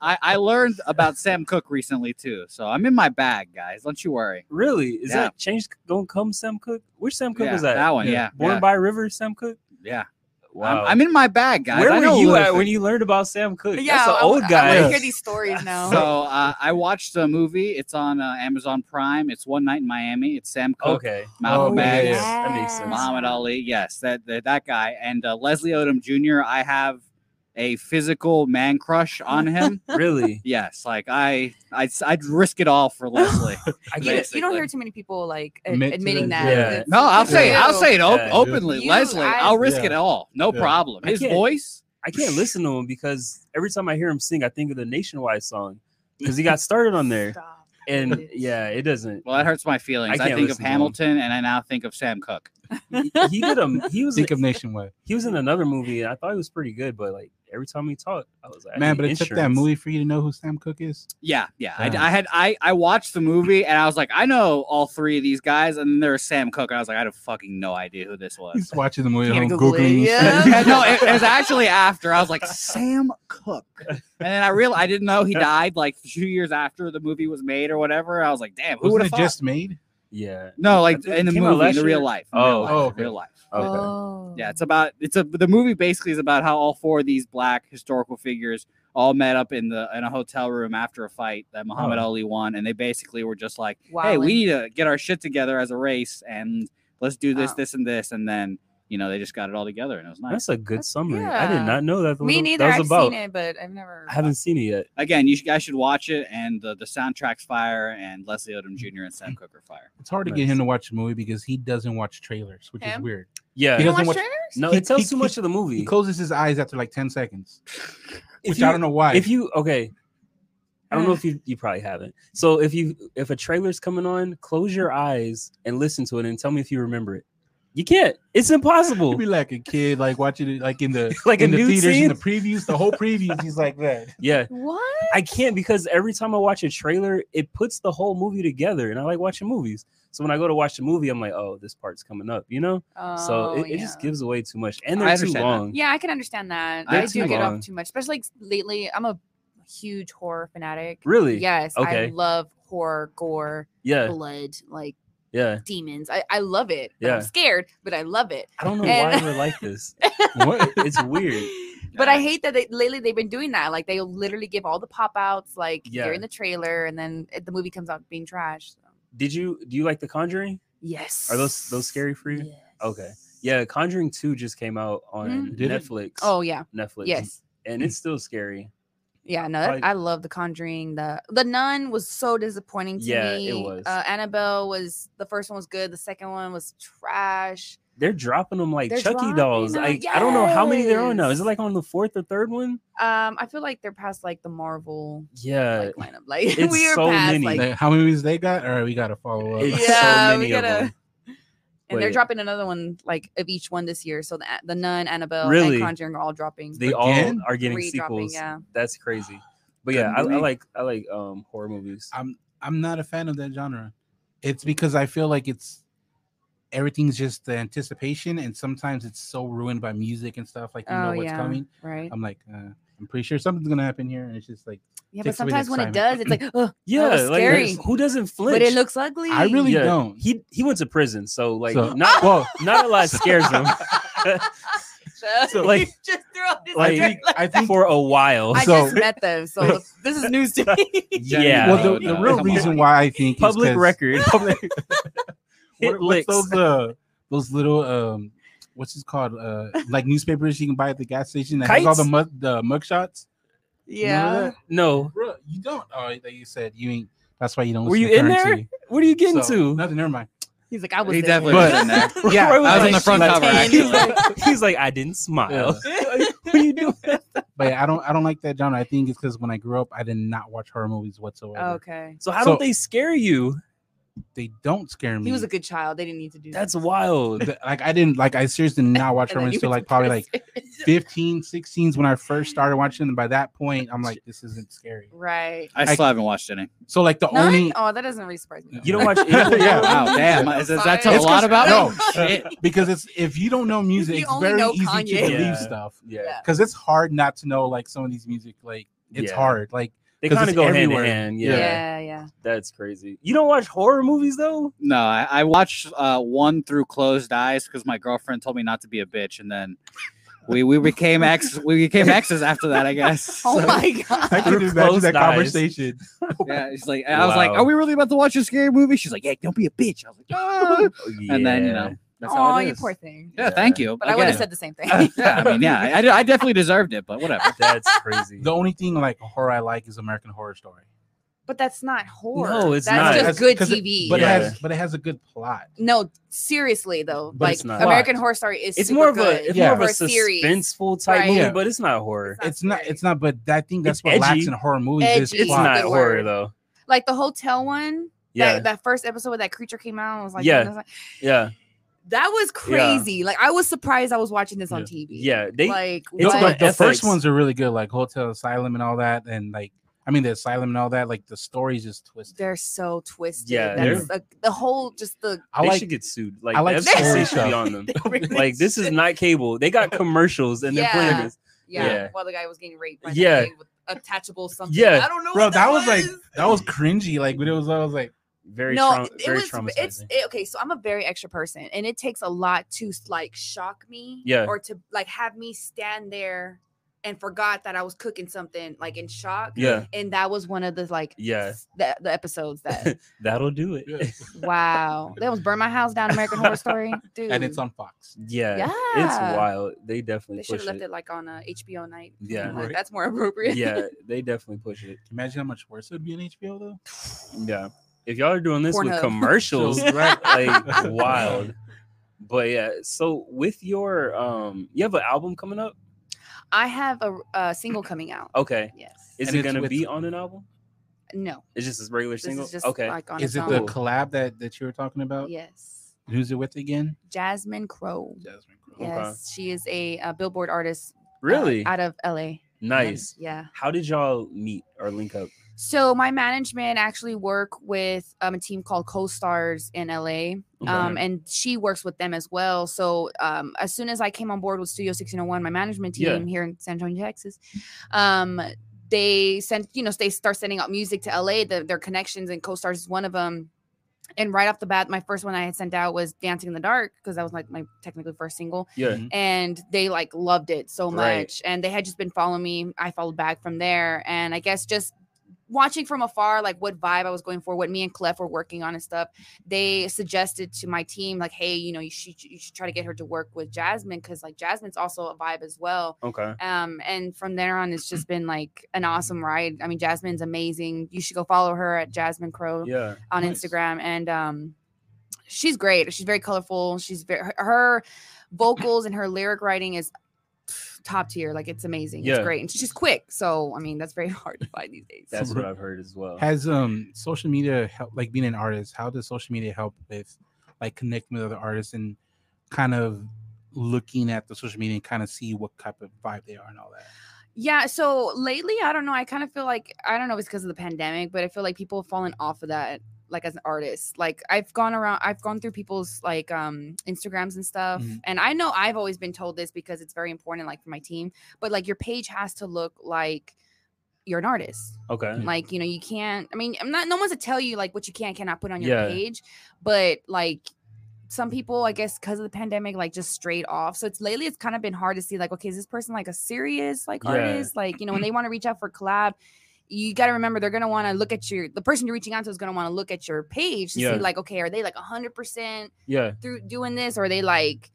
[SPEAKER 5] I, I learned about Sam Cook recently too, so I'm in my bag, guys. Don't you worry.
[SPEAKER 2] really? Is
[SPEAKER 5] Yeah.
[SPEAKER 2] that change gonna come Sam Cook? Which Sam Cook
[SPEAKER 5] yeah,
[SPEAKER 2] was that?
[SPEAKER 5] one?
[SPEAKER 3] Yeah.
[SPEAKER 5] Yeah,
[SPEAKER 2] Born
[SPEAKER 5] yeah,
[SPEAKER 2] by River, Sam Cook?
[SPEAKER 5] yeah.
[SPEAKER 2] Wow.
[SPEAKER 5] I'm, I'm in my bag, guys.
[SPEAKER 2] Where
[SPEAKER 5] I know
[SPEAKER 2] were you
[SPEAKER 5] little
[SPEAKER 2] at when
[SPEAKER 5] things.
[SPEAKER 2] you learned about Sam Cook?
[SPEAKER 4] yeah,
[SPEAKER 2] That's an
[SPEAKER 4] I-
[SPEAKER 2] old
[SPEAKER 4] I- I
[SPEAKER 2] guy.
[SPEAKER 4] wanna hear
[SPEAKER 5] <laughs>
[SPEAKER 4] these stories now.
[SPEAKER 2] <laughs>
[SPEAKER 5] So uh, I watched a movie. It's on uh, Amazon Prime. It's One Night in Miami. It's Sam Cook,
[SPEAKER 2] okay.
[SPEAKER 5] Malcolm
[SPEAKER 3] Oh, yeah,
[SPEAKER 5] X,
[SPEAKER 3] yeah.
[SPEAKER 2] That makes sense.
[SPEAKER 5] Muhammad Ali. Yes, that that, that guy and uh, Leslie Odom Jr. I have a physical man crush on him.
[SPEAKER 2] <laughs> Really?
[SPEAKER 5] Yes, like I, I'd, I'd risk it all for Leslie.
[SPEAKER 2] I
[SPEAKER 4] you,
[SPEAKER 2] get it.
[SPEAKER 4] don't- you don't
[SPEAKER 5] basically.
[SPEAKER 4] hear too many people like ad-
[SPEAKER 3] Admit to
[SPEAKER 4] admitting
[SPEAKER 3] that.
[SPEAKER 4] that.
[SPEAKER 2] Yeah.
[SPEAKER 4] It's-
[SPEAKER 5] No, I'll
[SPEAKER 4] it's
[SPEAKER 5] say, it, I'll
[SPEAKER 4] you.
[SPEAKER 5] say it op-
[SPEAKER 2] Yeah.
[SPEAKER 5] openly,
[SPEAKER 4] You-
[SPEAKER 5] Leslie.
[SPEAKER 4] I-
[SPEAKER 5] I'll risk
[SPEAKER 3] Yeah.
[SPEAKER 5] it all, no
[SPEAKER 3] Yeah.
[SPEAKER 5] problem.
[SPEAKER 2] I
[SPEAKER 5] His
[SPEAKER 2] can't-
[SPEAKER 5] voice,
[SPEAKER 2] I can't listen to him because every time I hear him sing, I think of the Nationwide song because he got started on
[SPEAKER 4] <laughs>
[SPEAKER 2] there.
[SPEAKER 4] Stop.
[SPEAKER 2] And
[SPEAKER 4] Yes.
[SPEAKER 2] yeah, it doesn't.
[SPEAKER 5] well, that hurts my feelings.
[SPEAKER 2] I
[SPEAKER 5] I,
[SPEAKER 2] can't
[SPEAKER 5] think of
[SPEAKER 2] listen to him.
[SPEAKER 5] Hamilton, and I now think of Sam Cook.
[SPEAKER 2] He- He did a. He was.
[SPEAKER 3] think of nationwide.
[SPEAKER 2] He was in another movie, and I thought he was pretty good, but like every time we talked, I was like, <laughs> I
[SPEAKER 3] Man,
[SPEAKER 2] need
[SPEAKER 3] but it took that
[SPEAKER 2] insurance.
[SPEAKER 3] movie for you to know who Sam Cook is.
[SPEAKER 5] Yeah, yeah. I,
[SPEAKER 3] Damn.
[SPEAKER 5] I had I I watched the movie and I was like, I know all three of these guys, and then there was Sam Cook, and I was like, I had fucking no idea who this
[SPEAKER 3] <laughs>
[SPEAKER 5] was.
[SPEAKER 3] He's watching the movie
[SPEAKER 4] You
[SPEAKER 3] at home,
[SPEAKER 4] gotta Google it,
[SPEAKER 2] <laughs>
[SPEAKER 3] googling. <laughs>
[SPEAKER 4] yeah.
[SPEAKER 5] Yeah, no, it, it was actually after. I was like, Sam Cook. And then I realized I didn't know he died like two years after the movie was made or whatever. I was like, damn, who would
[SPEAKER 3] Wasn't
[SPEAKER 5] have
[SPEAKER 3] it
[SPEAKER 5] just
[SPEAKER 3] just made?
[SPEAKER 2] Yeah.
[SPEAKER 5] No, like
[SPEAKER 2] think
[SPEAKER 5] in the
[SPEAKER 2] it came out
[SPEAKER 5] movie, in
[SPEAKER 2] last
[SPEAKER 5] the real
[SPEAKER 2] year.
[SPEAKER 5] life. in
[SPEAKER 2] Oh,
[SPEAKER 3] oh,
[SPEAKER 5] real life, in
[SPEAKER 3] okay.
[SPEAKER 5] real life.
[SPEAKER 3] Uh,
[SPEAKER 4] Oh.
[SPEAKER 5] Yeah, it's about it's a the movie basically is about how all four of these black historical figures all met up in the in a hotel room after a fight that Muhammad
[SPEAKER 2] Oh.
[SPEAKER 5] Ali won, and they basically were just like, "Hey,
[SPEAKER 4] Wildin'.
[SPEAKER 5] we need to get our shit together as a race, and let's do this,
[SPEAKER 4] Oh.
[SPEAKER 5] this, and this." And then you know they just got it all together, and it was nice.
[SPEAKER 2] That's a good
[SPEAKER 4] That's-
[SPEAKER 2] summary. I
[SPEAKER 4] yeah.
[SPEAKER 2] did not know that. the-
[SPEAKER 4] Me
[SPEAKER 2] that
[SPEAKER 4] neither.
[SPEAKER 2] was
[SPEAKER 4] I've
[SPEAKER 2] about.
[SPEAKER 4] seen it, but I've never.
[SPEAKER 2] I haven't seen it yet.
[SPEAKER 5] Again, you sh- guys should watch it, and the, the soundtrack's fire, and Leslie Odom Jr. and Sam Cooke are fire.
[SPEAKER 3] It's hard to get
[SPEAKER 2] Nice.
[SPEAKER 3] him to watch the movie because he doesn't watch trailers, which
[SPEAKER 4] Him?
[SPEAKER 3] is weird.
[SPEAKER 2] Yeah.
[SPEAKER 3] He
[SPEAKER 4] You don't
[SPEAKER 3] doesn't
[SPEAKER 4] watch
[SPEAKER 3] watch-
[SPEAKER 4] trailers?
[SPEAKER 2] no,
[SPEAKER 3] he-
[SPEAKER 2] it tells
[SPEAKER 3] he-
[SPEAKER 2] too much of the
[SPEAKER 3] He
[SPEAKER 2] movie.
[SPEAKER 3] closes his eyes after like 10 seconds,
[SPEAKER 2] If
[SPEAKER 3] which
[SPEAKER 2] you-
[SPEAKER 3] I don't know why.
[SPEAKER 2] if you okay i don't know if you you probably haven't so if you if a trailer's coming on close your eyes and listen to it and tell me if you remember it you can't it's
[SPEAKER 3] He'd
[SPEAKER 2] impossible
[SPEAKER 3] be like a kid, like watching it, like in the
[SPEAKER 2] <laughs> Like a
[SPEAKER 3] in the
[SPEAKER 2] nude
[SPEAKER 3] theaters,
[SPEAKER 2] scene?
[SPEAKER 3] in the previews, the whole previews. He's like that.
[SPEAKER 2] yeah
[SPEAKER 4] What?
[SPEAKER 2] i can't because every time i watch a trailer it puts the whole movie together and i like watching movies so when i go to watch the movie i'm like oh this part's coming up you know so
[SPEAKER 4] Oh,
[SPEAKER 2] it, it just
[SPEAKER 4] yeah.
[SPEAKER 2] gives away too much and
[SPEAKER 5] I
[SPEAKER 2] they're too
[SPEAKER 5] understand that.
[SPEAKER 2] long
[SPEAKER 4] Yeah, I can understand that.
[SPEAKER 5] They're
[SPEAKER 4] I do
[SPEAKER 2] too
[SPEAKER 4] get
[SPEAKER 2] long.
[SPEAKER 4] off too much, especially like, lately. I'm a huge horror fanatic.
[SPEAKER 2] really
[SPEAKER 4] Yes, I
[SPEAKER 2] Okay. Uh.
[SPEAKER 4] love horror, gore,
[SPEAKER 2] yeah
[SPEAKER 4] blood, like
[SPEAKER 2] yeah
[SPEAKER 4] demons. I, I love it. but
[SPEAKER 2] Yeah.
[SPEAKER 4] I'm scared, but I love it.
[SPEAKER 2] i don't know
[SPEAKER 4] And-
[SPEAKER 2] why we're like
[SPEAKER 4] <laughs>
[SPEAKER 2] this
[SPEAKER 3] What?
[SPEAKER 2] it's weird
[SPEAKER 4] But I
[SPEAKER 5] Yeah.
[SPEAKER 4] hate that they, lately they've been doing that. Like they'll literally give all the pop outs, like
[SPEAKER 2] Yeah.
[SPEAKER 4] you're in the trailer, and then it- the movie comes out being trash. So.
[SPEAKER 2] did you do you like the conjuring
[SPEAKER 4] Yes.
[SPEAKER 2] Are those- those scary for you? Okay.
[SPEAKER 4] Yes.
[SPEAKER 2] Yeah, Conjuring 2 just came out on
[SPEAKER 3] Did it?
[SPEAKER 2] Netflix.
[SPEAKER 4] Oh yeah.
[SPEAKER 2] Netflix.
[SPEAKER 4] Yes.
[SPEAKER 2] And it's still scary.
[SPEAKER 4] Yeah. No,
[SPEAKER 2] Probably-
[SPEAKER 4] that, I love The Conjuring. The The Nun was so disappointing to
[SPEAKER 2] Yeah, it
[SPEAKER 4] me.
[SPEAKER 2] was.
[SPEAKER 4] Uh, Annabelle was the first one was good. The second one was trash.
[SPEAKER 2] They're dropping them like
[SPEAKER 4] They're
[SPEAKER 2] Chucky
[SPEAKER 4] dropping
[SPEAKER 2] dolls.
[SPEAKER 4] them,
[SPEAKER 2] Like I don't know how many there are now. Is it
[SPEAKER 4] yes.
[SPEAKER 2] like on the fourth or third one?
[SPEAKER 4] Um, I feel like they're past like the Marvel
[SPEAKER 2] Yeah.
[SPEAKER 4] like lineup. Like
[SPEAKER 2] Uh,
[SPEAKER 4] <laughs>
[SPEAKER 2] it's
[SPEAKER 4] we are
[SPEAKER 2] so
[SPEAKER 4] past
[SPEAKER 2] many.
[SPEAKER 4] <laughs> like
[SPEAKER 3] Like, how many movies they got? All right, we gotta follow up.
[SPEAKER 2] It's
[SPEAKER 4] Yeah,
[SPEAKER 2] so
[SPEAKER 4] we
[SPEAKER 2] many of
[SPEAKER 4] gotta-
[SPEAKER 2] them.
[SPEAKER 4] and
[SPEAKER 2] Wait.
[SPEAKER 4] they're dropping another one like of each one this year. So the the Nun, Annabelle,
[SPEAKER 2] Really?
[SPEAKER 4] and Conjuring are all dropping.
[SPEAKER 2] They
[SPEAKER 3] Again?
[SPEAKER 2] all are getting
[SPEAKER 4] Three dropping,
[SPEAKER 2] sequels.
[SPEAKER 4] yeah.
[SPEAKER 2] That's crazy. But
[SPEAKER 5] Good
[SPEAKER 2] yeah, I, I
[SPEAKER 5] movie.
[SPEAKER 2] like I like um horror movies.
[SPEAKER 3] I'm I'm not a fan of that genre. It's because I feel like it's everything's just the anticipation, and sometimes it's so ruined by music and stuff. Like you
[SPEAKER 4] oh
[SPEAKER 3] know what's
[SPEAKER 4] yeah,
[SPEAKER 3] coming.
[SPEAKER 2] um,
[SPEAKER 4] right?
[SPEAKER 3] I'm like, uh, I'm pretty sure something's gonna happen here, and it's just like
[SPEAKER 4] yeah, but
[SPEAKER 3] takes away the
[SPEAKER 4] sometimes when it does,
[SPEAKER 3] excitement.
[SPEAKER 4] it's like, oh,
[SPEAKER 2] yeah,
[SPEAKER 4] was
[SPEAKER 2] like
[SPEAKER 4] scary.
[SPEAKER 2] who doesn't flinch?
[SPEAKER 4] but it looks ugly.
[SPEAKER 3] I
[SPEAKER 4] <laughs>
[SPEAKER 3] really
[SPEAKER 2] Yeah.
[SPEAKER 3] don't.
[SPEAKER 2] he he went to prison, so like
[SPEAKER 3] So-
[SPEAKER 2] not
[SPEAKER 3] <laughs> well,
[SPEAKER 2] not a lot scares
[SPEAKER 3] <laughs>
[SPEAKER 4] <laughs>
[SPEAKER 2] him
[SPEAKER 4] So,
[SPEAKER 2] <laughs> So,
[SPEAKER 4] like
[SPEAKER 2] like-
[SPEAKER 4] just throw out this
[SPEAKER 2] like-
[SPEAKER 4] like,
[SPEAKER 3] I
[SPEAKER 5] <laughs>
[SPEAKER 2] <laughs>
[SPEAKER 3] think, I think
[SPEAKER 2] for a while.
[SPEAKER 4] I
[SPEAKER 3] so-
[SPEAKER 4] just met
[SPEAKER 2] <laughs>
[SPEAKER 4] them, so this is news to me. <laughs>
[SPEAKER 2] yeah.
[SPEAKER 3] well,
[SPEAKER 5] No,
[SPEAKER 3] the, the
[SPEAKER 5] no,
[SPEAKER 3] real
[SPEAKER 5] come
[SPEAKER 3] reason
[SPEAKER 5] on.
[SPEAKER 3] why I think is
[SPEAKER 2] public
[SPEAKER 3] 'cause- <laughs>
[SPEAKER 2] record.
[SPEAKER 3] Public,
[SPEAKER 2] <laughs> Hit
[SPEAKER 3] what,
[SPEAKER 2] licks.
[SPEAKER 3] what's those uh, those little um, what's it called? Uh, like newspapers you can buy at the gas station that has all the
[SPEAKER 2] Kites?
[SPEAKER 3] mug the mug shots. You remember
[SPEAKER 4] yeah.
[SPEAKER 3] that?
[SPEAKER 2] No.
[SPEAKER 3] Bro, you don't. Oh, that you said you ain't. That's why you don't.
[SPEAKER 2] Were
[SPEAKER 3] listen
[SPEAKER 2] you
[SPEAKER 3] to
[SPEAKER 2] in
[SPEAKER 3] currency.
[SPEAKER 4] <laughs>
[SPEAKER 2] there? What are you getting
[SPEAKER 3] So,
[SPEAKER 2] to?
[SPEAKER 3] Nothing. Never mind.
[SPEAKER 4] He's like, I was.
[SPEAKER 5] He
[SPEAKER 4] there.
[SPEAKER 5] definitely
[SPEAKER 3] But-
[SPEAKER 5] was in there.
[SPEAKER 3] Yeah, uh,
[SPEAKER 2] Roy
[SPEAKER 5] I was on
[SPEAKER 2] like,
[SPEAKER 5] the front
[SPEAKER 2] "She's
[SPEAKER 3] <laughs>
[SPEAKER 5] cover,
[SPEAKER 2] like-
[SPEAKER 5] actually.
[SPEAKER 2] He's like, he's like, I didn't smile.
[SPEAKER 4] <laughs>
[SPEAKER 2] what are you doing?
[SPEAKER 3] But I don't. I don't like that genre. I think it's because when I grew up, I did not watch horror movies whatsoever.
[SPEAKER 4] Oh, Okay.
[SPEAKER 2] So how
[SPEAKER 3] So-
[SPEAKER 2] don't they scare you?
[SPEAKER 3] They don't scare me.
[SPEAKER 4] He was a good child. They didn't need to do
[SPEAKER 2] That's
[SPEAKER 4] that.
[SPEAKER 2] wild.
[SPEAKER 3] <laughs> The- like I didn't like I seriously did
[SPEAKER 4] <laughs>
[SPEAKER 3] not watch
[SPEAKER 4] And
[SPEAKER 3] horror
[SPEAKER 4] then
[SPEAKER 3] movies
[SPEAKER 4] you
[SPEAKER 3] until
[SPEAKER 4] went
[SPEAKER 3] like
[SPEAKER 4] to
[SPEAKER 3] probably like
[SPEAKER 4] prison.
[SPEAKER 3] 15, 16 when I first started watching. And by that point, I'm like, this isn't scary.
[SPEAKER 4] <laughs> right.
[SPEAKER 5] I still haven't watched any.
[SPEAKER 3] So like the
[SPEAKER 4] None?
[SPEAKER 3] only
[SPEAKER 4] Oh, that doesn't really surprise me.
[SPEAKER 2] You don't watch any-
[SPEAKER 3] <laughs> Yeah.
[SPEAKER 5] Wow, damn. Is, does that tell
[SPEAKER 3] It's
[SPEAKER 5] a lot
[SPEAKER 3] 'cause-
[SPEAKER 5] about
[SPEAKER 3] no.
[SPEAKER 5] me? <laughs> Shit.
[SPEAKER 3] because it's if you don't know music,
[SPEAKER 4] you
[SPEAKER 3] it's
[SPEAKER 4] only
[SPEAKER 3] very
[SPEAKER 4] know
[SPEAKER 3] easy to
[SPEAKER 4] Kanye.
[SPEAKER 3] believe
[SPEAKER 2] Yeah.
[SPEAKER 3] stuff.
[SPEAKER 2] Yeah,
[SPEAKER 3] Because it's hard not to know like some of these music. Like it's
[SPEAKER 2] Yeah.
[SPEAKER 3] hard. Like
[SPEAKER 2] they
[SPEAKER 3] 'Cause
[SPEAKER 2] kind of
[SPEAKER 3] it's
[SPEAKER 2] go
[SPEAKER 3] everywhere.
[SPEAKER 2] hand in hand. Yeah.
[SPEAKER 4] Yeah, yeah. yeah.
[SPEAKER 2] that's crazy. You don't watch horror movies though?
[SPEAKER 5] No, I, I watched uh, one through closed eyes because my girlfriend told me not to be a bitch, and then we we became ex we became exes after that. I guess.
[SPEAKER 4] <laughs> Oh
[SPEAKER 2] <laughs>
[SPEAKER 5] So,
[SPEAKER 4] my god.
[SPEAKER 3] I can
[SPEAKER 2] Through
[SPEAKER 3] imagine
[SPEAKER 2] closed
[SPEAKER 3] that
[SPEAKER 2] eyes.
[SPEAKER 3] conversation.
[SPEAKER 5] <laughs> Yeah, she's like, I was like,
[SPEAKER 2] Wow.
[SPEAKER 5] "Are we really about to watch a scary movie?" She's like, "Yeah, don't be a bitch." I was like, "Ah." and then you
[SPEAKER 2] Yeah.
[SPEAKER 5] know, that's how
[SPEAKER 4] Oh,
[SPEAKER 5] it
[SPEAKER 4] you
[SPEAKER 5] is.
[SPEAKER 4] poor thing.
[SPEAKER 5] Yeah, thank you.
[SPEAKER 4] But I would have
[SPEAKER 5] Again.
[SPEAKER 4] said the same thing.
[SPEAKER 5] <laughs>
[SPEAKER 2] Uh,
[SPEAKER 5] yeah, I mean, yeah, I, I definitely deserved it, but whatever.
[SPEAKER 2] that's
[SPEAKER 3] <laughs>
[SPEAKER 2] crazy.
[SPEAKER 3] The only thing like horror I like is American Horror Story.
[SPEAKER 4] <laughs> But that's not horror.
[SPEAKER 2] No, it's
[SPEAKER 4] that's
[SPEAKER 2] not.
[SPEAKER 4] just
[SPEAKER 3] That's-
[SPEAKER 4] good
[SPEAKER 3] 'cause it-
[SPEAKER 4] TV.
[SPEAKER 3] but
[SPEAKER 2] Yeah.
[SPEAKER 3] it has but it has a good plot.
[SPEAKER 4] no, seriously though,
[SPEAKER 3] But
[SPEAKER 4] like
[SPEAKER 2] it's not.
[SPEAKER 4] American Horror Story is
[SPEAKER 2] It's
[SPEAKER 4] super
[SPEAKER 2] more of
[SPEAKER 4] good
[SPEAKER 2] a it's
[SPEAKER 3] Yeah.
[SPEAKER 2] more of a
[SPEAKER 4] for series.
[SPEAKER 2] suspenseful type
[SPEAKER 4] Right.
[SPEAKER 2] movie,
[SPEAKER 3] Yeah.
[SPEAKER 2] but it's not horror.
[SPEAKER 4] That's
[SPEAKER 3] it's not
[SPEAKER 4] scary.
[SPEAKER 3] it's not but i think that's
[SPEAKER 2] It's
[SPEAKER 3] what lacks
[SPEAKER 2] edgy.
[SPEAKER 3] in horror movies is
[SPEAKER 4] Edgy.
[SPEAKER 2] It's
[SPEAKER 3] plot.
[SPEAKER 4] not
[SPEAKER 2] not
[SPEAKER 4] good
[SPEAKER 2] horror
[SPEAKER 4] word.
[SPEAKER 2] though.
[SPEAKER 4] <laughs> Like the hotel one.
[SPEAKER 2] Yeah,
[SPEAKER 4] That, that first episode where that creature came out, I was like,
[SPEAKER 2] Yeah.
[SPEAKER 4] man, I was like,
[SPEAKER 2] yeah.
[SPEAKER 4] That was crazy. Like I was surprised I was watching this on
[SPEAKER 3] Yeah.
[SPEAKER 4] TV.
[SPEAKER 2] Yeah, they
[SPEAKER 4] like
[SPEAKER 2] it's
[SPEAKER 4] what?
[SPEAKER 3] like the first
[SPEAKER 2] ethics.
[SPEAKER 3] ones are really good, like Hotel Asylum and all that, and like I mean the asylum and all that. Like the story's just twisted.
[SPEAKER 4] they're so twisted.
[SPEAKER 2] Yeah,
[SPEAKER 4] That's
[SPEAKER 3] they're-
[SPEAKER 4] like the whole just the
[SPEAKER 3] I
[SPEAKER 2] they
[SPEAKER 3] like
[SPEAKER 2] should get sued. Like
[SPEAKER 3] I like
[SPEAKER 2] the FCC
[SPEAKER 3] story
[SPEAKER 2] should be
[SPEAKER 3] stuff.
[SPEAKER 2] on them.
[SPEAKER 4] <laughs> they really
[SPEAKER 2] Like this is not cable. They
[SPEAKER 4] <laughs>
[SPEAKER 2] got commercials and they're
[SPEAKER 4] Yeah.
[SPEAKER 2] playing this.
[SPEAKER 4] yeah,
[SPEAKER 2] yeah.
[SPEAKER 4] while the guy was getting raped by
[SPEAKER 2] Yeah.
[SPEAKER 4] yeah. with attachable something.
[SPEAKER 2] Yeah.
[SPEAKER 4] I don't know.
[SPEAKER 3] Bro,
[SPEAKER 4] what
[SPEAKER 3] that was like- that was cringy. Like when it was, I was like,
[SPEAKER 2] Very
[SPEAKER 4] no,
[SPEAKER 2] trau-
[SPEAKER 4] it
[SPEAKER 2] very
[SPEAKER 4] was
[SPEAKER 2] traumatizing.
[SPEAKER 4] it's it, okay. So I'm a very extra person, and it takes a lot to like shock me,
[SPEAKER 2] Yeah.
[SPEAKER 4] or to like have me stand there and forgot that I was cooking something like in shock.
[SPEAKER 2] yeah,
[SPEAKER 4] And that was one of the like
[SPEAKER 2] yeah,
[SPEAKER 4] s- the, the episodes that
[SPEAKER 2] <laughs> that'll do it.
[SPEAKER 3] Yeah.
[SPEAKER 4] wow that was burn my house down American Horror Story dude
[SPEAKER 3] and it's on Fox.
[SPEAKER 2] <laughs> Yeah,
[SPEAKER 4] Yeah.
[SPEAKER 2] it's wild. They definitely
[SPEAKER 4] they should
[SPEAKER 2] push
[SPEAKER 4] have left
[SPEAKER 2] it.
[SPEAKER 4] it like on uh, a HBO night
[SPEAKER 2] Yeah.
[SPEAKER 4] Like,
[SPEAKER 3] Right.
[SPEAKER 4] that's more <laughs> appropriate
[SPEAKER 2] yeah, they definitely push it.
[SPEAKER 3] Imagine how much worse it would be on HBO though.
[SPEAKER 2] Yeah, if y'all are doing this
[SPEAKER 4] Pornhub.
[SPEAKER 2] with
[SPEAKER 4] <laughs>
[SPEAKER 2] commercials,
[SPEAKER 3] So, right?
[SPEAKER 2] like wild. But yeah, so with your um, you have an album coming up.
[SPEAKER 4] I have a, a single coming out
[SPEAKER 2] Okay,
[SPEAKER 4] yes
[SPEAKER 2] is
[SPEAKER 3] And
[SPEAKER 2] it
[SPEAKER 3] it's
[SPEAKER 2] gonna
[SPEAKER 3] with-
[SPEAKER 2] be on an album?
[SPEAKER 4] no
[SPEAKER 2] It's just this regular
[SPEAKER 4] this
[SPEAKER 2] single.
[SPEAKER 4] is just
[SPEAKER 2] okay,
[SPEAKER 4] like on
[SPEAKER 3] Is
[SPEAKER 4] its
[SPEAKER 3] it
[SPEAKER 4] own.
[SPEAKER 3] the collab that that you were talking about?
[SPEAKER 4] yes
[SPEAKER 3] Who's it with again?
[SPEAKER 4] Jasmine Crow
[SPEAKER 3] Jasmine Crowe.
[SPEAKER 2] Okay.
[SPEAKER 4] yes she is a, uh Billboard artist uh,
[SPEAKER 2] really
[SPEAKER 4] out of LA <laughs>
[SPEAKER 2] nice.
[SPEAKER 4] yeah
[SPEAKER 2] How did y'all meet or link up?
[SPEAKER 4] so my management actually work with um, a team called Co-Stars in LA um, and she works with them as well. So um, as soon as I came on board with Studio 1601, my management team
[SPEAKER 2] Yeah.
[SPEAKER 4] here in San Antonio, Texas, um, they sent you know they start sending out music to LA. The, their connections and co-stars is one of them. And right off the bat, my first one I had sent out was "Dancing in the Dark" because that was like my technically first single,
[SPEAKER 2] yeah,
[SPEAKER 3] Mhm.
[SPEAKER 4] and they like loved it so much.
[SPEAKER 2] Right.
[SPEAKER 4] And they had just been following me. I followed back from there, and I guess just watching from afar, like what vibe I was going for, what me and Clef were working on and stuff they suggested to my team like hey you know you should you should try to get her to work with jasmine because like jasmine's also a vibe as well
[SPEAKER 3] Mm-hmm.
[SPEAKER 2] okay,
[SPEAKER 4] um and from there on it's just been like an awesome ride i mean jasmine's amazing you should go follow her at jasmine crow
[SPEAKER 2] yeah,
[SPEAKER 4] on
[SPEAKER 3] Nice.
[SPEAKER 4] instagram and um she's great she's very colorful she's very her- her vocals and her lyric writing is top tier like it's amazing
[SPEAKER 2] Yeah.
[SPEAKER 4] it's great and she's quick so i mean that's very <laughs> hard to find these days
[SPEAKER 2] that's what I've heard as well.
[SPEAKER 3] Has um social media help like being an artist? How does social media help with like connecting with other artists and kind of looking at the social media and kind of see what type of vibe they are and all that?
[SPEAKER 4] Yeah, so lately, I don't know. I kind of feel like I don't know if it's because of the pandemic, but I feel like people have fallen off of that like as an artist. Like I've gone around I've gone through people's like um Instagrams and stuff.
[SPEAKER 2] Mm-hmm.
[SPEAKER 3] Mhm.
[SPEAKER 4] And I know I've always been told this because it's very important like for my team, but like your page has to look like you're an artist.
[SPEAKER 3] Mm.
[SPEAKER 2] Okay,
[SPEAKER 4] Like, you know, you can't I mean, I'm not no one's to tell you like what you can and cannot put on your
[SPEAKER 2] Yeah.
[SPEAKER 4] page, but like some people, I guess, because of the pandemic, like just straight off. So it's lately it's kind of been hard to see like, okay, is this person like a serious like
[SPEAKER 2] Yeah.
[SPEAKER 4] artist? Like, you know,
[SPEAKER 3] <clears throat>
[SPEAKER 4] when they want to reach out for collab, you gotta remember they're gonna want to look at your the person you're reaching out to is gonna want to look at your page to
[SPEAKER 2] Yeah.
[SPEAKER 4] see like, okay, are they like hundred percent
[SPEAKER 2] yeah,
[SPEAKER 4] through doing this or are they like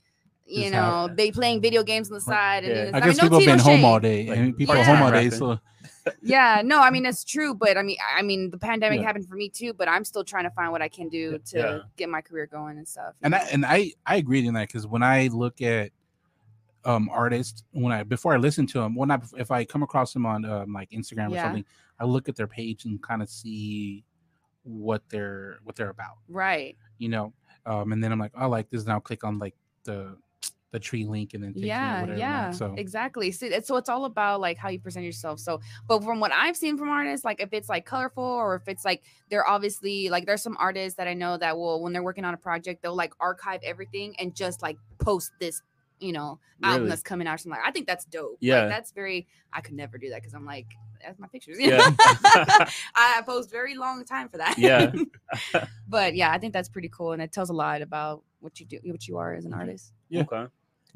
[SPEAKER 4] you
[SPEAKER 3] Just
[SPEAKER 4] know,
[SPEAKER 3] have-
[SPEAKER 4] they playing video games on the
[SPEAKER 3] Right.
[SPEAKER 4] side, and
[SPEAKER 2] Yeah.
[SPEAKER 4] then it's-
[SPEAKER 3] I
[SPEAKER 4] mean,
[SPEAKER 3] guess
[SPEAKER 4] no
[SPEAKER 3] people
[SPEAKER 4] tea,
[SPEAKER 3] have been
[SPEAKER 4] no
[SPEAKER 3] home
[SPEAKER 4] shade
[SPEAKER 3] all day
[SPEAKER 2] Like,
[SPEAKER 3] and people are
[SPEAKER 4] Yeah.
[SPEAKER 3] home all day,
[SPEAKER 2] rapping.
[SPEAKER 3] so
[SPEAKER 4] yeah no i mean that's true but i mean i mean the pandemic
[SPEAKER 3] Yeah.
[SPEAKER 4] happened for me too but i'm still trying to find what i can do to
[SPEAKER 2] Yeah.
[SPEAKER 4] get my career going and stuff you
[SPEAKER 3] and I
[SPEAKER 4] know?
[SPEAKER 3] and I I agree in that because when I look at um artists when I before I listen to them, well not bef- if I come across them on um, like Instagram or
[SPEAKER 4] Yeah.
[SPEAKER 3] something, I look at their page and kind of see what they're what they're about,
[SPEAKER 4] right
[SPEAKER 3] you know. Um, and then I'm like, I like this, and I'll click on like the the tree link and then takes me to
[SPEAKER 4] yeah
[SPEAKER 3] whatever,
[SPEAKER 4] yeah
[SPEAKER 3] Like, so
[SPEAKER 4] exactly so, it's- so it's all about like how you present yourself so but from what i've seen from artists like if it's like colorful or if it's like they're obviously like there's some artists that i know that will when they're working on a project they'll like archive everything and just like post this you know album
[SPEAKER 2] Really?
[SPEAKER 4] that's coming out or something like i think that's dope Like,
[SPEAKER 2] Yeah.
[SPEAKER 4] that's very i could never do that because i'm like that's my pictures <laughs>
[SPEAKER 2] yeah,
[SPEAKER 4] I post very long time for that.
[SPEAKER 2] Yeah.
[SPEAKER 4] <laughs>
[SPEAKER 2] <laughs>
[SPEAKER 4] but yeah, I think that's pretty cool, and it tells a lot about what you do, what you are as an
[SPEAKER 2] Mm-hmm.
[SPEAKER 3] Mhm.
[SPEAKER 4] artist.
[SPEAKER 3] Yeah.
[SPEAKER 2] okay,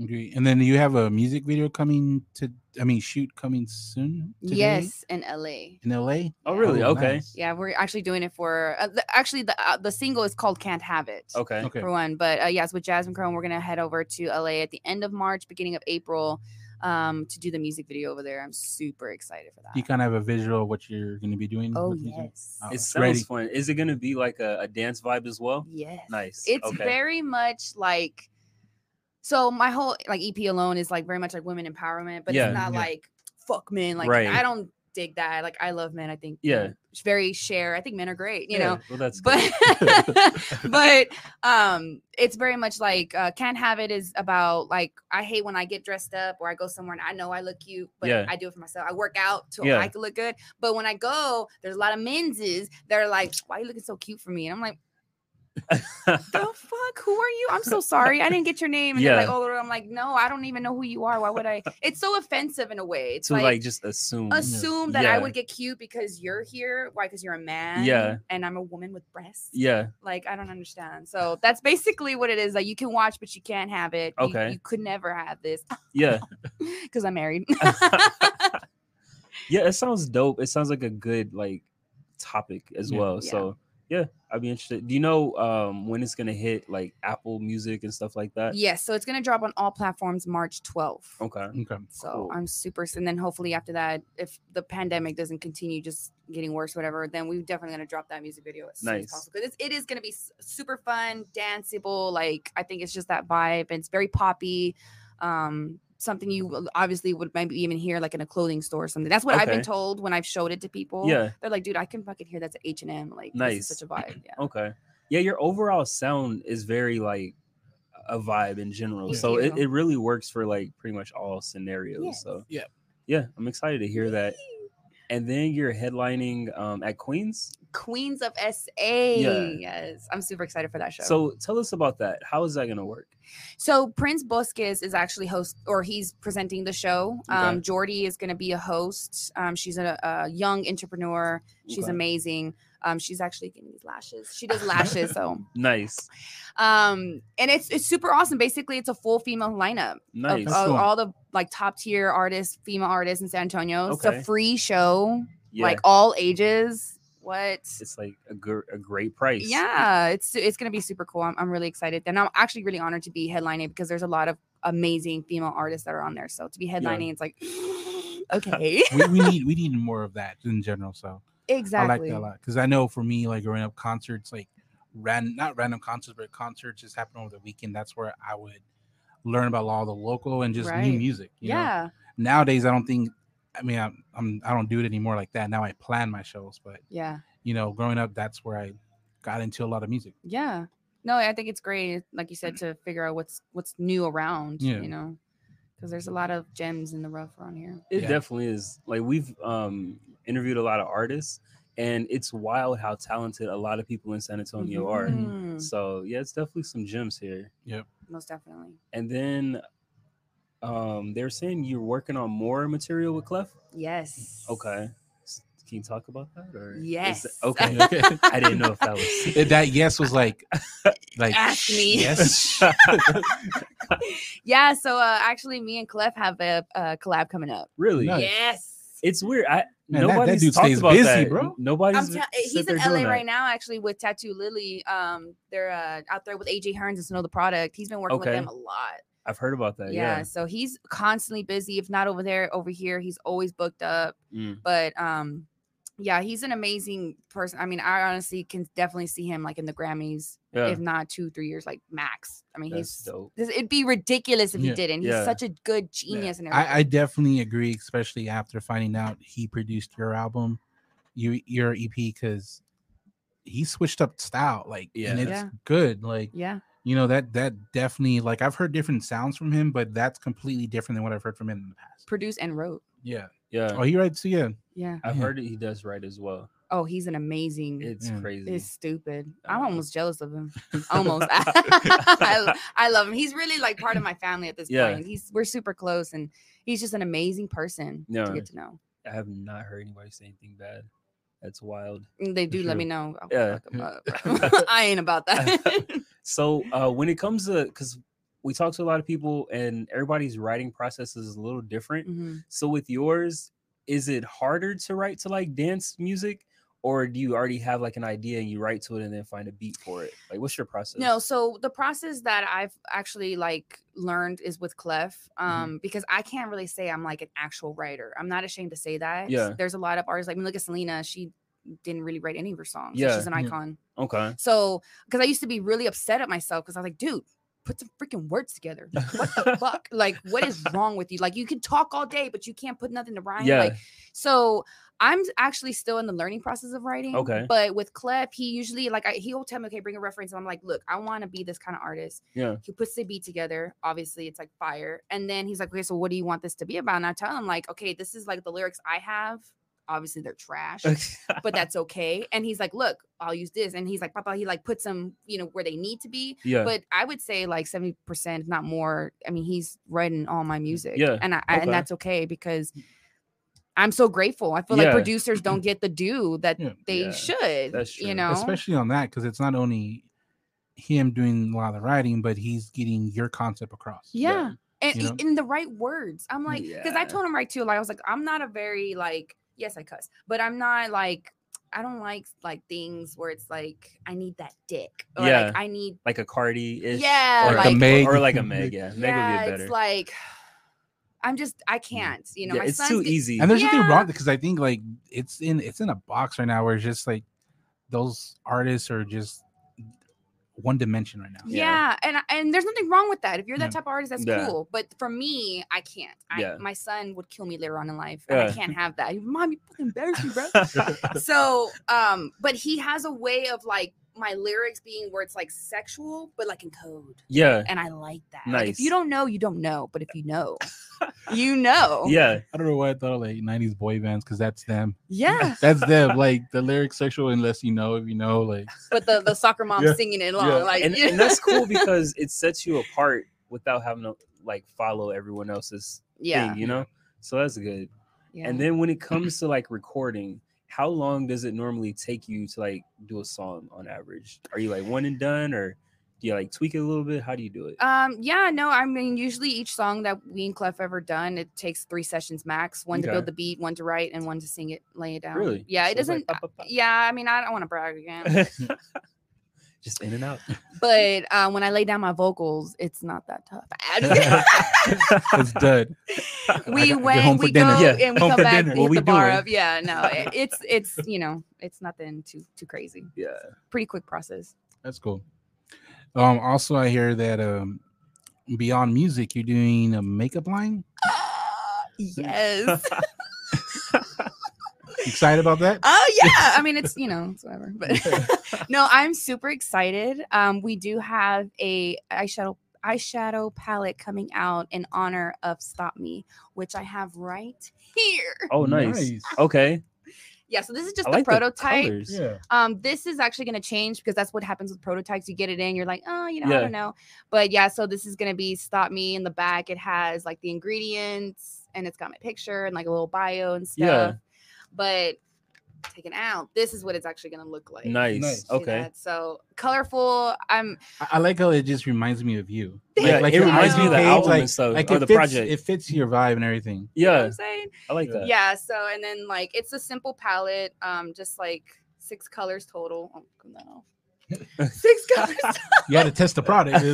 [SPEAKER 3] agree. And then you have a music video coming to, I mean, shoot coming soon. today
[SPEAKER 4] Yes, in LA.
[SPEAKER 3] in L.A.
[SPEAKER 2] Oh, really? Okay.
[SPEAKER 3] nice.
[SPEAKER 4] Yeah, we're actually doing it for uh, the, actually the uh, the single is called "Can't Have It."
[SPEAKER 2] okay,
[SPEAKER 3] Okay.
[SPEAKER 4] For one, but uh, yes, with Jasmine Crow, and we're gonna head over to LA at the end of March, beginning of April, um, to do the music video over there. I'm super excited for that.
[SPEAKER 3] You kind of have a visual of what you're going to be doing.
[SPEAKER 4] oh
[SPEAKER 3] with the music?
[SPEAKER 4] yes,
[SPEAKER 3] Oh,
[SPEAKER 2] it
[SPEAKER 3] it's
[SPEAKER 2] sounds
[SPEAKER 3] ready.
[SPEAKER 2] fun. Is it gonna be like a, a dance vibe as well?
[SPEAKER 4] yes,
[SPEAKER 2] Nice.
[SPEAKER 4] It's
[SPEAKER 2] okay.
[SPEAKER 4] very much like so my E whole like EP alone is like very much like women empowerment, but
[SPEAKER 2] Yeah,
[SPEAKER 4] it's not
[SPEAKER 3] yeah.
[SPEAKER 4] like fuck men. Like
[SPEAKER 2] Right.
[SPEAKER 4] I don't dig that. Like I love men. I think you
[SPEAKER 2] Yeah.
[SPEAKER 4] know, it's very share. I think men are great. You know,
[SPEAKER 2] well, that's
[SPEAKER 4] but <laughs>
[SPEAKER 2] good. <laughs>
[SPEAKER 4] but um it's very much like uh can't have it is about like i hate when i get dressed up or i go somewhere and i know i look cute but
[SPEAKER 2] Yeah.
[SPEAKER 4] i do it for myself i work out to
[SPEAKER 2] Yeah.
[SPEAKER 4] i can look good but when i go there's a lot of men's that are like why are you looking so cute for me and i'm like
[SPEAKER 2] <laughs>
[SPEAKER 4] the fuck who are you i'm so sorry i didn't get your name and they're like
[SPEAKER 2] Yeah.
[SPEAKER 4] oh i'm like no i don't even know who you are why
[SPEAKER 2] <laughs>
[SPEAKER 4] would i it's so offensive in a way it's
[SPEAKER 2] to
[SPEAKER 4] like,
[SPEAKER 2] like, just assume.
[SPEAKER 4] assume that
[SPEAKER 2] Yeah.
[SPEAKER 4] i would get cute because you're here why because you're a man
[SPEAKER 2] Yeah.
[SPEAKER 4] and i'm a woman with breasts
[SPEAKER 2] yeah,
[SPEAKER 4] like i don't understand so that's basically what it is like you can watch but you can't have it You-
[SPEAKER 2] Okay.
[SPEAKER 4] you, could never have this <laughs>
[SPEAKER 2] yeah,
[SPEAKER 4] because i'm married
[SPEAKER 2] yeah. It sounds dope. It sounds like a good like topic as
[SPEAKER 3] Yeah.
[SPEAKER 2] well.
[SPEAKER 4] Yeah.
[SPEAKER 2] So yeah, I'd be interested. Do you know um when it's gonna hit like Apple Music and stuff like that?
[SPEAKER 4] <laughs> yes so it's gonna drop on all platforms march 12th
[SPEAKER 2] Okay.
[SPEAKER 3] Okay.
[SPEAKER 4] so
[SPEAKER 2] cool.
[SPEAKER 4] i'm super s- and then hopefully after that if the pandemic doesn't continue just getting worse whatever then we're definitely gonna drop that music video as soon as
[SPEAKER 2] Nice.
[SPEAKER 4] possible 'Cause it's, it is gonna be s- super fun danceable like i think it's just that vibe and it's very poppy um something you will- obviously would maybe even hear like in a clothing store or something that's what i've been
[SPEAKER 2] Okay.
[SPEAKER 4] told when i've showed it to people
[SPEAKER 2] Yeah.
[SPEAKER 4] they're like dude i can fucking hear that's at h&m like
[SPEAKER 2] Nice.
[SPEAKER 4] this is such a vibe yeah
[SPEAKER 2] Okay. Yeah, your overall sound is very like a vibe in general.
[SPEAKER 3] Thank
[SPEAKER 2] So it,
[SPEAKER 4] you.
[SPEAKER 2] it really works for like pretty much all scenarios.
[SPEAKER 4] Yes.
[SPEAKER 2] So
[SPEAKER 3] Yeah.
[SPEAKER 2] Yeah, I'm excited to hear that. And then you're headlining um at Queens.
[SPEAKER 4] queens of sa yes i'm super excited for that show
[SPEAKER 2] So tell us about that. How is that gonna work?
[SPEAKER 4] So Prince Bosques is actually host, or he's presenting the show.
[SPEAKER 2] Okay.
[SPEAKER 4] Um, Jordy is going to be a host. Um, she's a, a young entrepreneur. She's
[SPEAKER 2] Okay.
[SPEAKER 4] amazing. Um, she's actually getting these lashes.
[SPEAKER 2] <laughs>
[SPEAKER 4] She does lashes, so
[SPEAKER 2] Nice.
[SPEAKER 4] um, and it's it's super awesome. Basically, it's a full female lineup of,
[SPEAKER 2] Nice.
[SPEAKER 3] That's
[SPEAKER 4] of
[SPEAKER 3] cool.
[SPEAKER 4] all the like top tier artists, female artists in San Antonio. It's
[SPEAKER 2] Okay.
[SPEAKER 4] a free show,
[SPEAKER 2] yeah.
[SPEAKER 4] like all ages. What?
[SPEAKER 2] it's like a, gr- a great price.
[SPEAKER 4] Yeah, it's it's gonna be super cool. I'm, I'm really excited, and I'm actually really honored to be headlining because there's a lot of amazing female artists that are on there. So to be headlining,
[SPEAKER 2] <laughs>
[SPEAKER 4] it's like <gasps> okay, <laughs>
[SPEAKER 3] we, we need we need more of that in general. So I like
[SPEAKER 4] exactly.
[SPEAKER 3] that a lot because I know for me, like growing up, concerts like ran not random concerts, but concerts just happen over the weekend. That's where I would learn about all the local and just
[SPEAKER 4] Right.
[SPEAKER 3] new music. you know?
[SPEAKER 4] yeah,
[SPEAKER 3] Nowadays, I don't think. I mean, I'm, I'm I don't do it anymore like that. Now I plan my shows, but
[SPEAKER 4] yeah,
[SPEAKER 3] you know, growing up, that's where I got into a lot of music.
[SPEAKER 4] yeah. No, I think it's great, like you said, to figure out what's what's new around.
[SPEAKER 3] Yeah.
[SPEAKER 4] You know, because there's a lot of gems in the rough around here.
[SPEAKER 2] It
[SPEAKER 3] Yeah.
[SPEAKER 2] definitely is. Like we've um interviewed a lot of artists and it's wild how talented a lot of people in San Antonio are.
[SPEAKER 4] Mhm.
[SPEAKER 2] So yeah, it's definitely some gems here.
[SPEAKER 4] Most definitely.
[SPEAKER 2] And then um they're saying you're working on more material with Clef.
[SPEAKER 4] Yes.
[SPEAKER 2] Okay. S- Can you talk about that? Or is that-
[SPEAKER 4] Yes.
[SPEAKER 2] okay.
[SPEAKER 4] <laughs>
[SPEAKER 2] I didn't know if that was
[SPEAKER 3] that yes was like like
[SPEAKER 4] Ask me. <laughs>
[SPEAKER 3] yes.
[SPEAKER 4] <laughs> yeah. So uh, actually, me and Clef have a, a collab coming up.
[SPEAKER 2] really.
[SPEAKER 3] Nice.
[SPEAKER 4] Yes.
[SPEAKER 2] It's weird. I
[SPEAKER 3] Man, that- that
[SPEAKER 2] nobody's
[SPEAKER 3] dude
[SPEAKER 2] talked
[SPEAKER 3] stays
[SPEAKER 2] about
[SPEAKER 3] busy,
[SPEAKER 2] that.
[SPEAKER 3] bro.
[SPEAKER 2] Nobody's
[SPEAKER 4] I'm tell- eh, he's in LA right now, actually, with Tattoo Lily. Um, they're uh, out there with AJ Hearns and Snow the Product. He's been working
[SPEAKER 2] Okay.
[SPEAKER 4] with them a lot.
[SPEAKER 2] I've heard about that.
[SPEAKER 4] yeah,
[SPEAKER 2] Yeah.
[SPEAKER 4] so he's constantly busy. If not over there, over here, he's always booked up.
[SPEAKER 2] Mm.
[SPEAKER 4] But um, yeah, he's an amazing person. I mean, I honestly can definitely see him like in the Grammys,
[SPEAKER 2] Yeah.
[SPEAKER 4] if not two, three years, like max. I mean,
[SPEAKER 2] That's
[SPEAKER 4] he's
[SPEAKER 2] dope.
[SPEAKER 4] this, it'd be ridiculous if
[SPEAKER 3] Yeah.
[SPEAKER 4] he didn't. He's
[SPEAKER 2] Yeah.
[SPEAKER 4] such a good genius and everything.
[SPEAKER 3] I, I definitely agree, especially after finding out he produced your album, your your EP, because he switched up style, like,
[SPEAKER 2] Yeah.
[SPEAKER 3] and it's
[SPEAKER 4] Yeah.
[SPEAKER 3] good. Like,
[SPEAKER 4] yeah,
[SPEAKER 3] you know that that definitely, like, I've heard different sounds from him, but that's completely different than what I've heard from him in the past.
[SPEAKER 4] produced and wrote.
[SPEAKER 3] Yeah.
[SPEAKER 2] Yeah.
[SPEAKER 3] Oh, he writes. Yeah.
[SPEAKER 4] Yeah.
[SPEAKER 2] I've
[SPEAKER 3] Yeah.
[SPEAKER 2] heard that he does right as well.
[SPEAKER 4] Oh, he's an amazing.
[SPEAKER 2] It's
[SPEAKER 3] Yeah.
[SPEAKER 2] crazy.
[SPEAKER 4] It's stupid.
[SPEAKER 2] I
[SPEAKER 4] I'm
[SPEAKER 2] know.
[SPEAKER 4] almost jealous of him. <laughs> Almost. I,
[SPEAKER 2] <laughs>
[SPEAKER 4] lo- I love him. He's really like part of my family at this
[SPEAKER 2] Yeah.
[SPEAKER 4] point. He's we're super close and he's just an amazing person
[SPEAKER 2] Yeah.
[SPEAKER 4] to get to know.
[SPEAKER 2] I have not heard anybody say anything bad. That's wild.
[SPEAKER 4] And they
[SPEAKER 3] For
[SPEAKER 4] do let
[SPEAKER 3] sure.
[SPEAKER 4] me know. I'll
[SPEAKER 2] Yeah.
[SPEAKER 4] fuck 'em
[SPEAKER 2] <laughs>
[SPEAKER 4] up. <laughs> I ain't about that.
[SPEAKER 2] So uh, when it comes to because we talk to a lot of people and everybody's writing process is a little different.
[SPEAKER 4] Mhm.
[SPEAKER 2] So with yours, is it harder to write to like dance music, or do you already have like an idea and you write to it and then find a beat for it? Like, what's your process?
[SPEAKER 4] No, so the process that I've actually like learned is with Clef,
[SPEAKER 2] Mm-hmm.
[SPEAKER 4] um, because I can't really say I'm like an actual writer. I'm not ashamed to say that.
[SPEAKER 2] Yeah.
[SPEAKER 4] There's a lot of artists like I mean, look at Selena. She didn't really write any of her songs.
[SPEAKER 2] Yeah. Mm-hmm.
[SPEAKER 4] She's an
[SPEAKER 3] Yeah.
[SPEAKER 4] icon.
[SPEAKER 2] Okay.
[SPEAKER 4] So, because I used to be really upset at myself because I was like, dude, put some freaking words together.
[SPEAKER 2] <laughs>
[SPEAKER 4] What the fuck? Like, what is wrong with you? Like, you can talk all day, but you can't put nothing to rhyme.
[SPEAKER 2] yeah.
[SPEAKER 4] Like,
[SPEAKER 2] <laughs>
[SPEAKER 4] so I'm actually still in the learning process of writing.
[SPEAKER 2] Okay.
[SPEAKER 4] But with Clef, he usually like I, he will tell me, okay, bring a reference. And I'm like, look, I want to be this kind of artist.
[SPEAKER 2] Yeah.
[SPEAKER 4] He puts the beat together. Obviously, it's like fire. And then he's like, okay, so what do you want this to be about? And I tell him like, okay, this is like the lyrics I have. Obviously, they're trash
[SPEAKER 2] <laughs>
[SPEAKER 4] but that's okay. And he's like, look, I'll use this. And he's like, Papa, he like puts them, you know, where they need to be.
[SPEAKER 2] yeah.
[SPEAKER 4] But I would say like 70%, if not more. I mean, he's writing all my music.
[SPEAKER 2] Mm, Yeah,
[SPEAKER 4] And I, I
[SPEAKER 2] okay.
[SPEAKER 4] and that's okay because I'm so grateful. I feel
[SPEAKER 2] Yeah.
[SPEAKER 4] like producers don't get the due that
[SPEAKER 3] Yeah.
[SPEAKER 4] they
[SPEAKER 2] Yeah,
[SPEAKER 4] should.
[SPEAKER 2] that's true.
[SPEAKER 4] You know,
[SPEAKER 3] especially on that because it's not only him doing a lot of the writing, but he's getting your concept across.
[SPEAKER 4] Yeah. And
[SPEAKER 3] you
[SPEAKER 4] i-
[SPEAKER 3] know?
[SPEAKER 4] in the right words. I'm like, because I
[SPEAKER 2] Yeah.
[SPEAKER 4] told him right too. Like, I was like, I'm not a very like, yes, I cuss, but I'm not like, I don't like like things where it's like, I need that dick. Or
[SPEAKER 2] Yeah.
[SPEAKER 4] like I need
[SPEAKER 2] like a Cardi ish.
[SPEAKER 4] Yeah,
[SPEAKER 2] Or,
[SPEAKER 4] Like a
[SPEAKER 3] Meg.
[SPEAKER 2] or like a Meg. Yeah. Meg
[SPEAKER 4] yeah,
[SPEAKER 2] would be better. Mm.
[SPEAKER 4] it's like I'm just I can't. You know,
[SPEAKER 2] yeah,
[SPEAKER 4] my
[SPEAKER 2] it's
[SPEAKER 4] son's
[SPEAKER 2] too
[SPEAKER 4] get-
[SPEAKER 2] <laughs> easy.
[SPEAKER 3] And there's nothing
[SPEAKER 4] Yeah.
[SPEAKER 3] wrong because I think like it's in it's in a box right now where it's just like those artists are just one dimension right now.
[SPEAKER 2] Yeah.
[SPEAKER 4] Yeah. and I- and there's nothing wrong with that. If you're that
[SPEAKER 3] Yeah.
[SPEAKER 4] type of artist, that's
[SPEAKER 2] Yeah.
[SPEAKER 4] cool. But for me, I can't. I,
[SPEAKER 2] Yeah.
[SPEAKER 4] My son would kill me later on in life, and
[SPEAKER 2] Yeah.
[SPEAKER 4] I can't have that. Mom, you fucking embarrass
[SPEAKER 2] <laughs>
[SPEAKER 4] me, bro. so, um, but he has a way of like my lyrics being where it's like sexual, but like in code, <laughs>
[SPEAKER 2] yeah.
[SPEAKER 4] and I like that. Like, if you
[SPEAKER 2] Nice.
[SPEAKER 4] don't know, you don't know. But if you
[SPEAKER 2] <laughs>
[SPEAKER 4] know, you know.
[SPEAKER 2] Yeah.
[SPEAKER 3] I don't know why I thought of like 90s boy bands because that's them.
[SPEAKER 4] Yeah.
[SPEAKER 3] That's them. like the lyric sexual unless you know if you know like
[SPEAKER 4] But the the soccer mom
[SPEAKER 3] Yeah.
[SPEAKER 4] singing it along,
[SPEAKER 3] Yeah.
[SPEAKER 4] like <laughs>
[SPEAKER 2] And, and that's cool because it sets you apart without having to like follow everyone else's
[SPEAKER 4] yeah.
[SPEAKER 2] thing, you know? So that's good.
[SPEAKER 4] yeah.
[SPEAKER 2] And then when it comes to like recording, how long does it normally take you to like do a song on average? Are you like one and done or do you like tweak it a little bit? How do you do it?
[SPEAKER 4] Um, yeah, no, I mean, usually each song that we and Clef ever done, it takes three sessions max one to
[SPEAKER 2] Okay.
[SPEAKER 4] build the beat, one to write, and one to sing it, lay it down.
[SPEAKER 2] Really?
[SPEAKER 4] Oh, Yeah, it
[SPEAKER 2] So it's like
[SPEAKER 4] doesn't.
[SPEAKER 2] pop,
[SPEAKER 4] <laughs>
[SPEAKER 2] pop, pop.
[SPEAKER 4] yeah, I mean, I don't want to
[SPEAKER 3] <laughs>
[SPEAKER 4] brag again,
[SPEAKER 2] <laughs> Just in and
[SPEAKER 4] <laughs>
[SPEAKER 2] out. <laughs>
[SPEAKER 4] but uh, when I lay down my vocals, it's not that tough. <laughs> I
[SPEAKER 3] <laughs>
[SPEAKER 4] just-
[SPEAKER 3] it's
[SPEAKER 4] <laughs>
[SPEAKER 3] dud. I
[SPEAKER 4] we
[SPEAKER 3] got- get
[SPEAKER 4] went,
[SPEAKER 3] home for
[SPEAKER 4] we
[SPEAKER 3] dinner.
[SPEAKER 4] go,
[SPEAKER 2] Yeah,
[SPEAKER 4] and we
[SPEAKER 3] home
[SPEAKER 4] come
[SPEAKER 3] for
[SPEAKER 4] back.
[SPEAKER 3] dinner.
[SPEAKER 4] we
[SPEAKER 3] What
[SPEAKER 4] hit
[SPEAKER 3] we
[SPEAKER 4] the bar
[SPEAKER 3] doing?
[SPEAKER 4] up. Yeah,
[SPEAKER 3] <laughs>
[SPEAKER 4] no, it, it's it's you know, it's nothing too too crazy.
[SPEAKER 2] Yeah.
[SPEAKER 4] Pretty
[SPEAKER 3] <laughs>
[SPEAKER 4] quick process.
[SPEAKER 3] That's cool. Um also I hear that um beyond music you're doing a makeup line.
[SPEAKER 4] yes.
[SPEAKER 3] Excited about that?
[SPEAKER 4] Oh yeah. I mean, it's you know, it's whatever. But <laughs> no, I'm super excited. Um, we do have a eyeshadow eyeshadow palette coming out in honor of Stop Me, which I have right here.
[SPEAKER 2] Oh, nice. Okay.
[SPEAKER 4] Yeah, so this is just
[SPEAKER 2] I
[SPEAKER 4] the
[SPEAKER 2] like
[SPEAKER 4] prototype.
[SPEAKER 2] The colors.
[SPEAKER 3] Yeah.
[SPEAKER 4] um, this is actually gonna change because that's what happens with prototypes. You get it in, you're like, oh, you know,
[SPEAKER 2] Yeah.
[SPEAKER 4] I don't know. But yeah, so this is gonna be Stop Me in the back. It has like the ingredients and it's got my picture and like a little bio and stuff.
[SPEAKER 2] Yeah.
[SPEAKER 4] But taken out, this is what it's actually gonna look like.
[SPEAKER 2] Nice.
[SPEAKER 3] Nice.
[SPEAKER 4] See
[SPEAKER 2] Okay.
[SPEAKER 4] that? So colorful. I'm
[SPEAKER 3] I, I like how it just reminds me of you.
[SPEAKER 2] Yeah,
[SPEAKER 3] like
[SPEAKER 2] it
[SPEAKER 3] your
[SPEAKER 2] reminds me of
[SPEAKER 3] IG
[SPEAKER 2] the
[SPEAKER 3] page,
[SPEAKER 2] album
[SPEAKER 3] like-
[SPEAKER 2] and stuff,
[SPEAKER 3] Like
[SPEAKER 2] or
[SPEAKER 3] it
[SPEAKER 2] the
[SPEAKER 3] fits,
[SPEAKER 2] project.
[SPEAKER 3] It fits your vibe and everything.
[SPEAKER 4] you know what
[SPEAKER 2] yeah,
[SPEAKER 4] I'm saying?
[SPEAKER 2] I like that.
[SPEAKER 4] Yeah. So and then like it's a simple palette, um, just like six colors total. Oh
[SPEAKER 2] <laughs>
[SPEAKER 4] no. Six colors.
[SPEAKER 3] You had to test the product.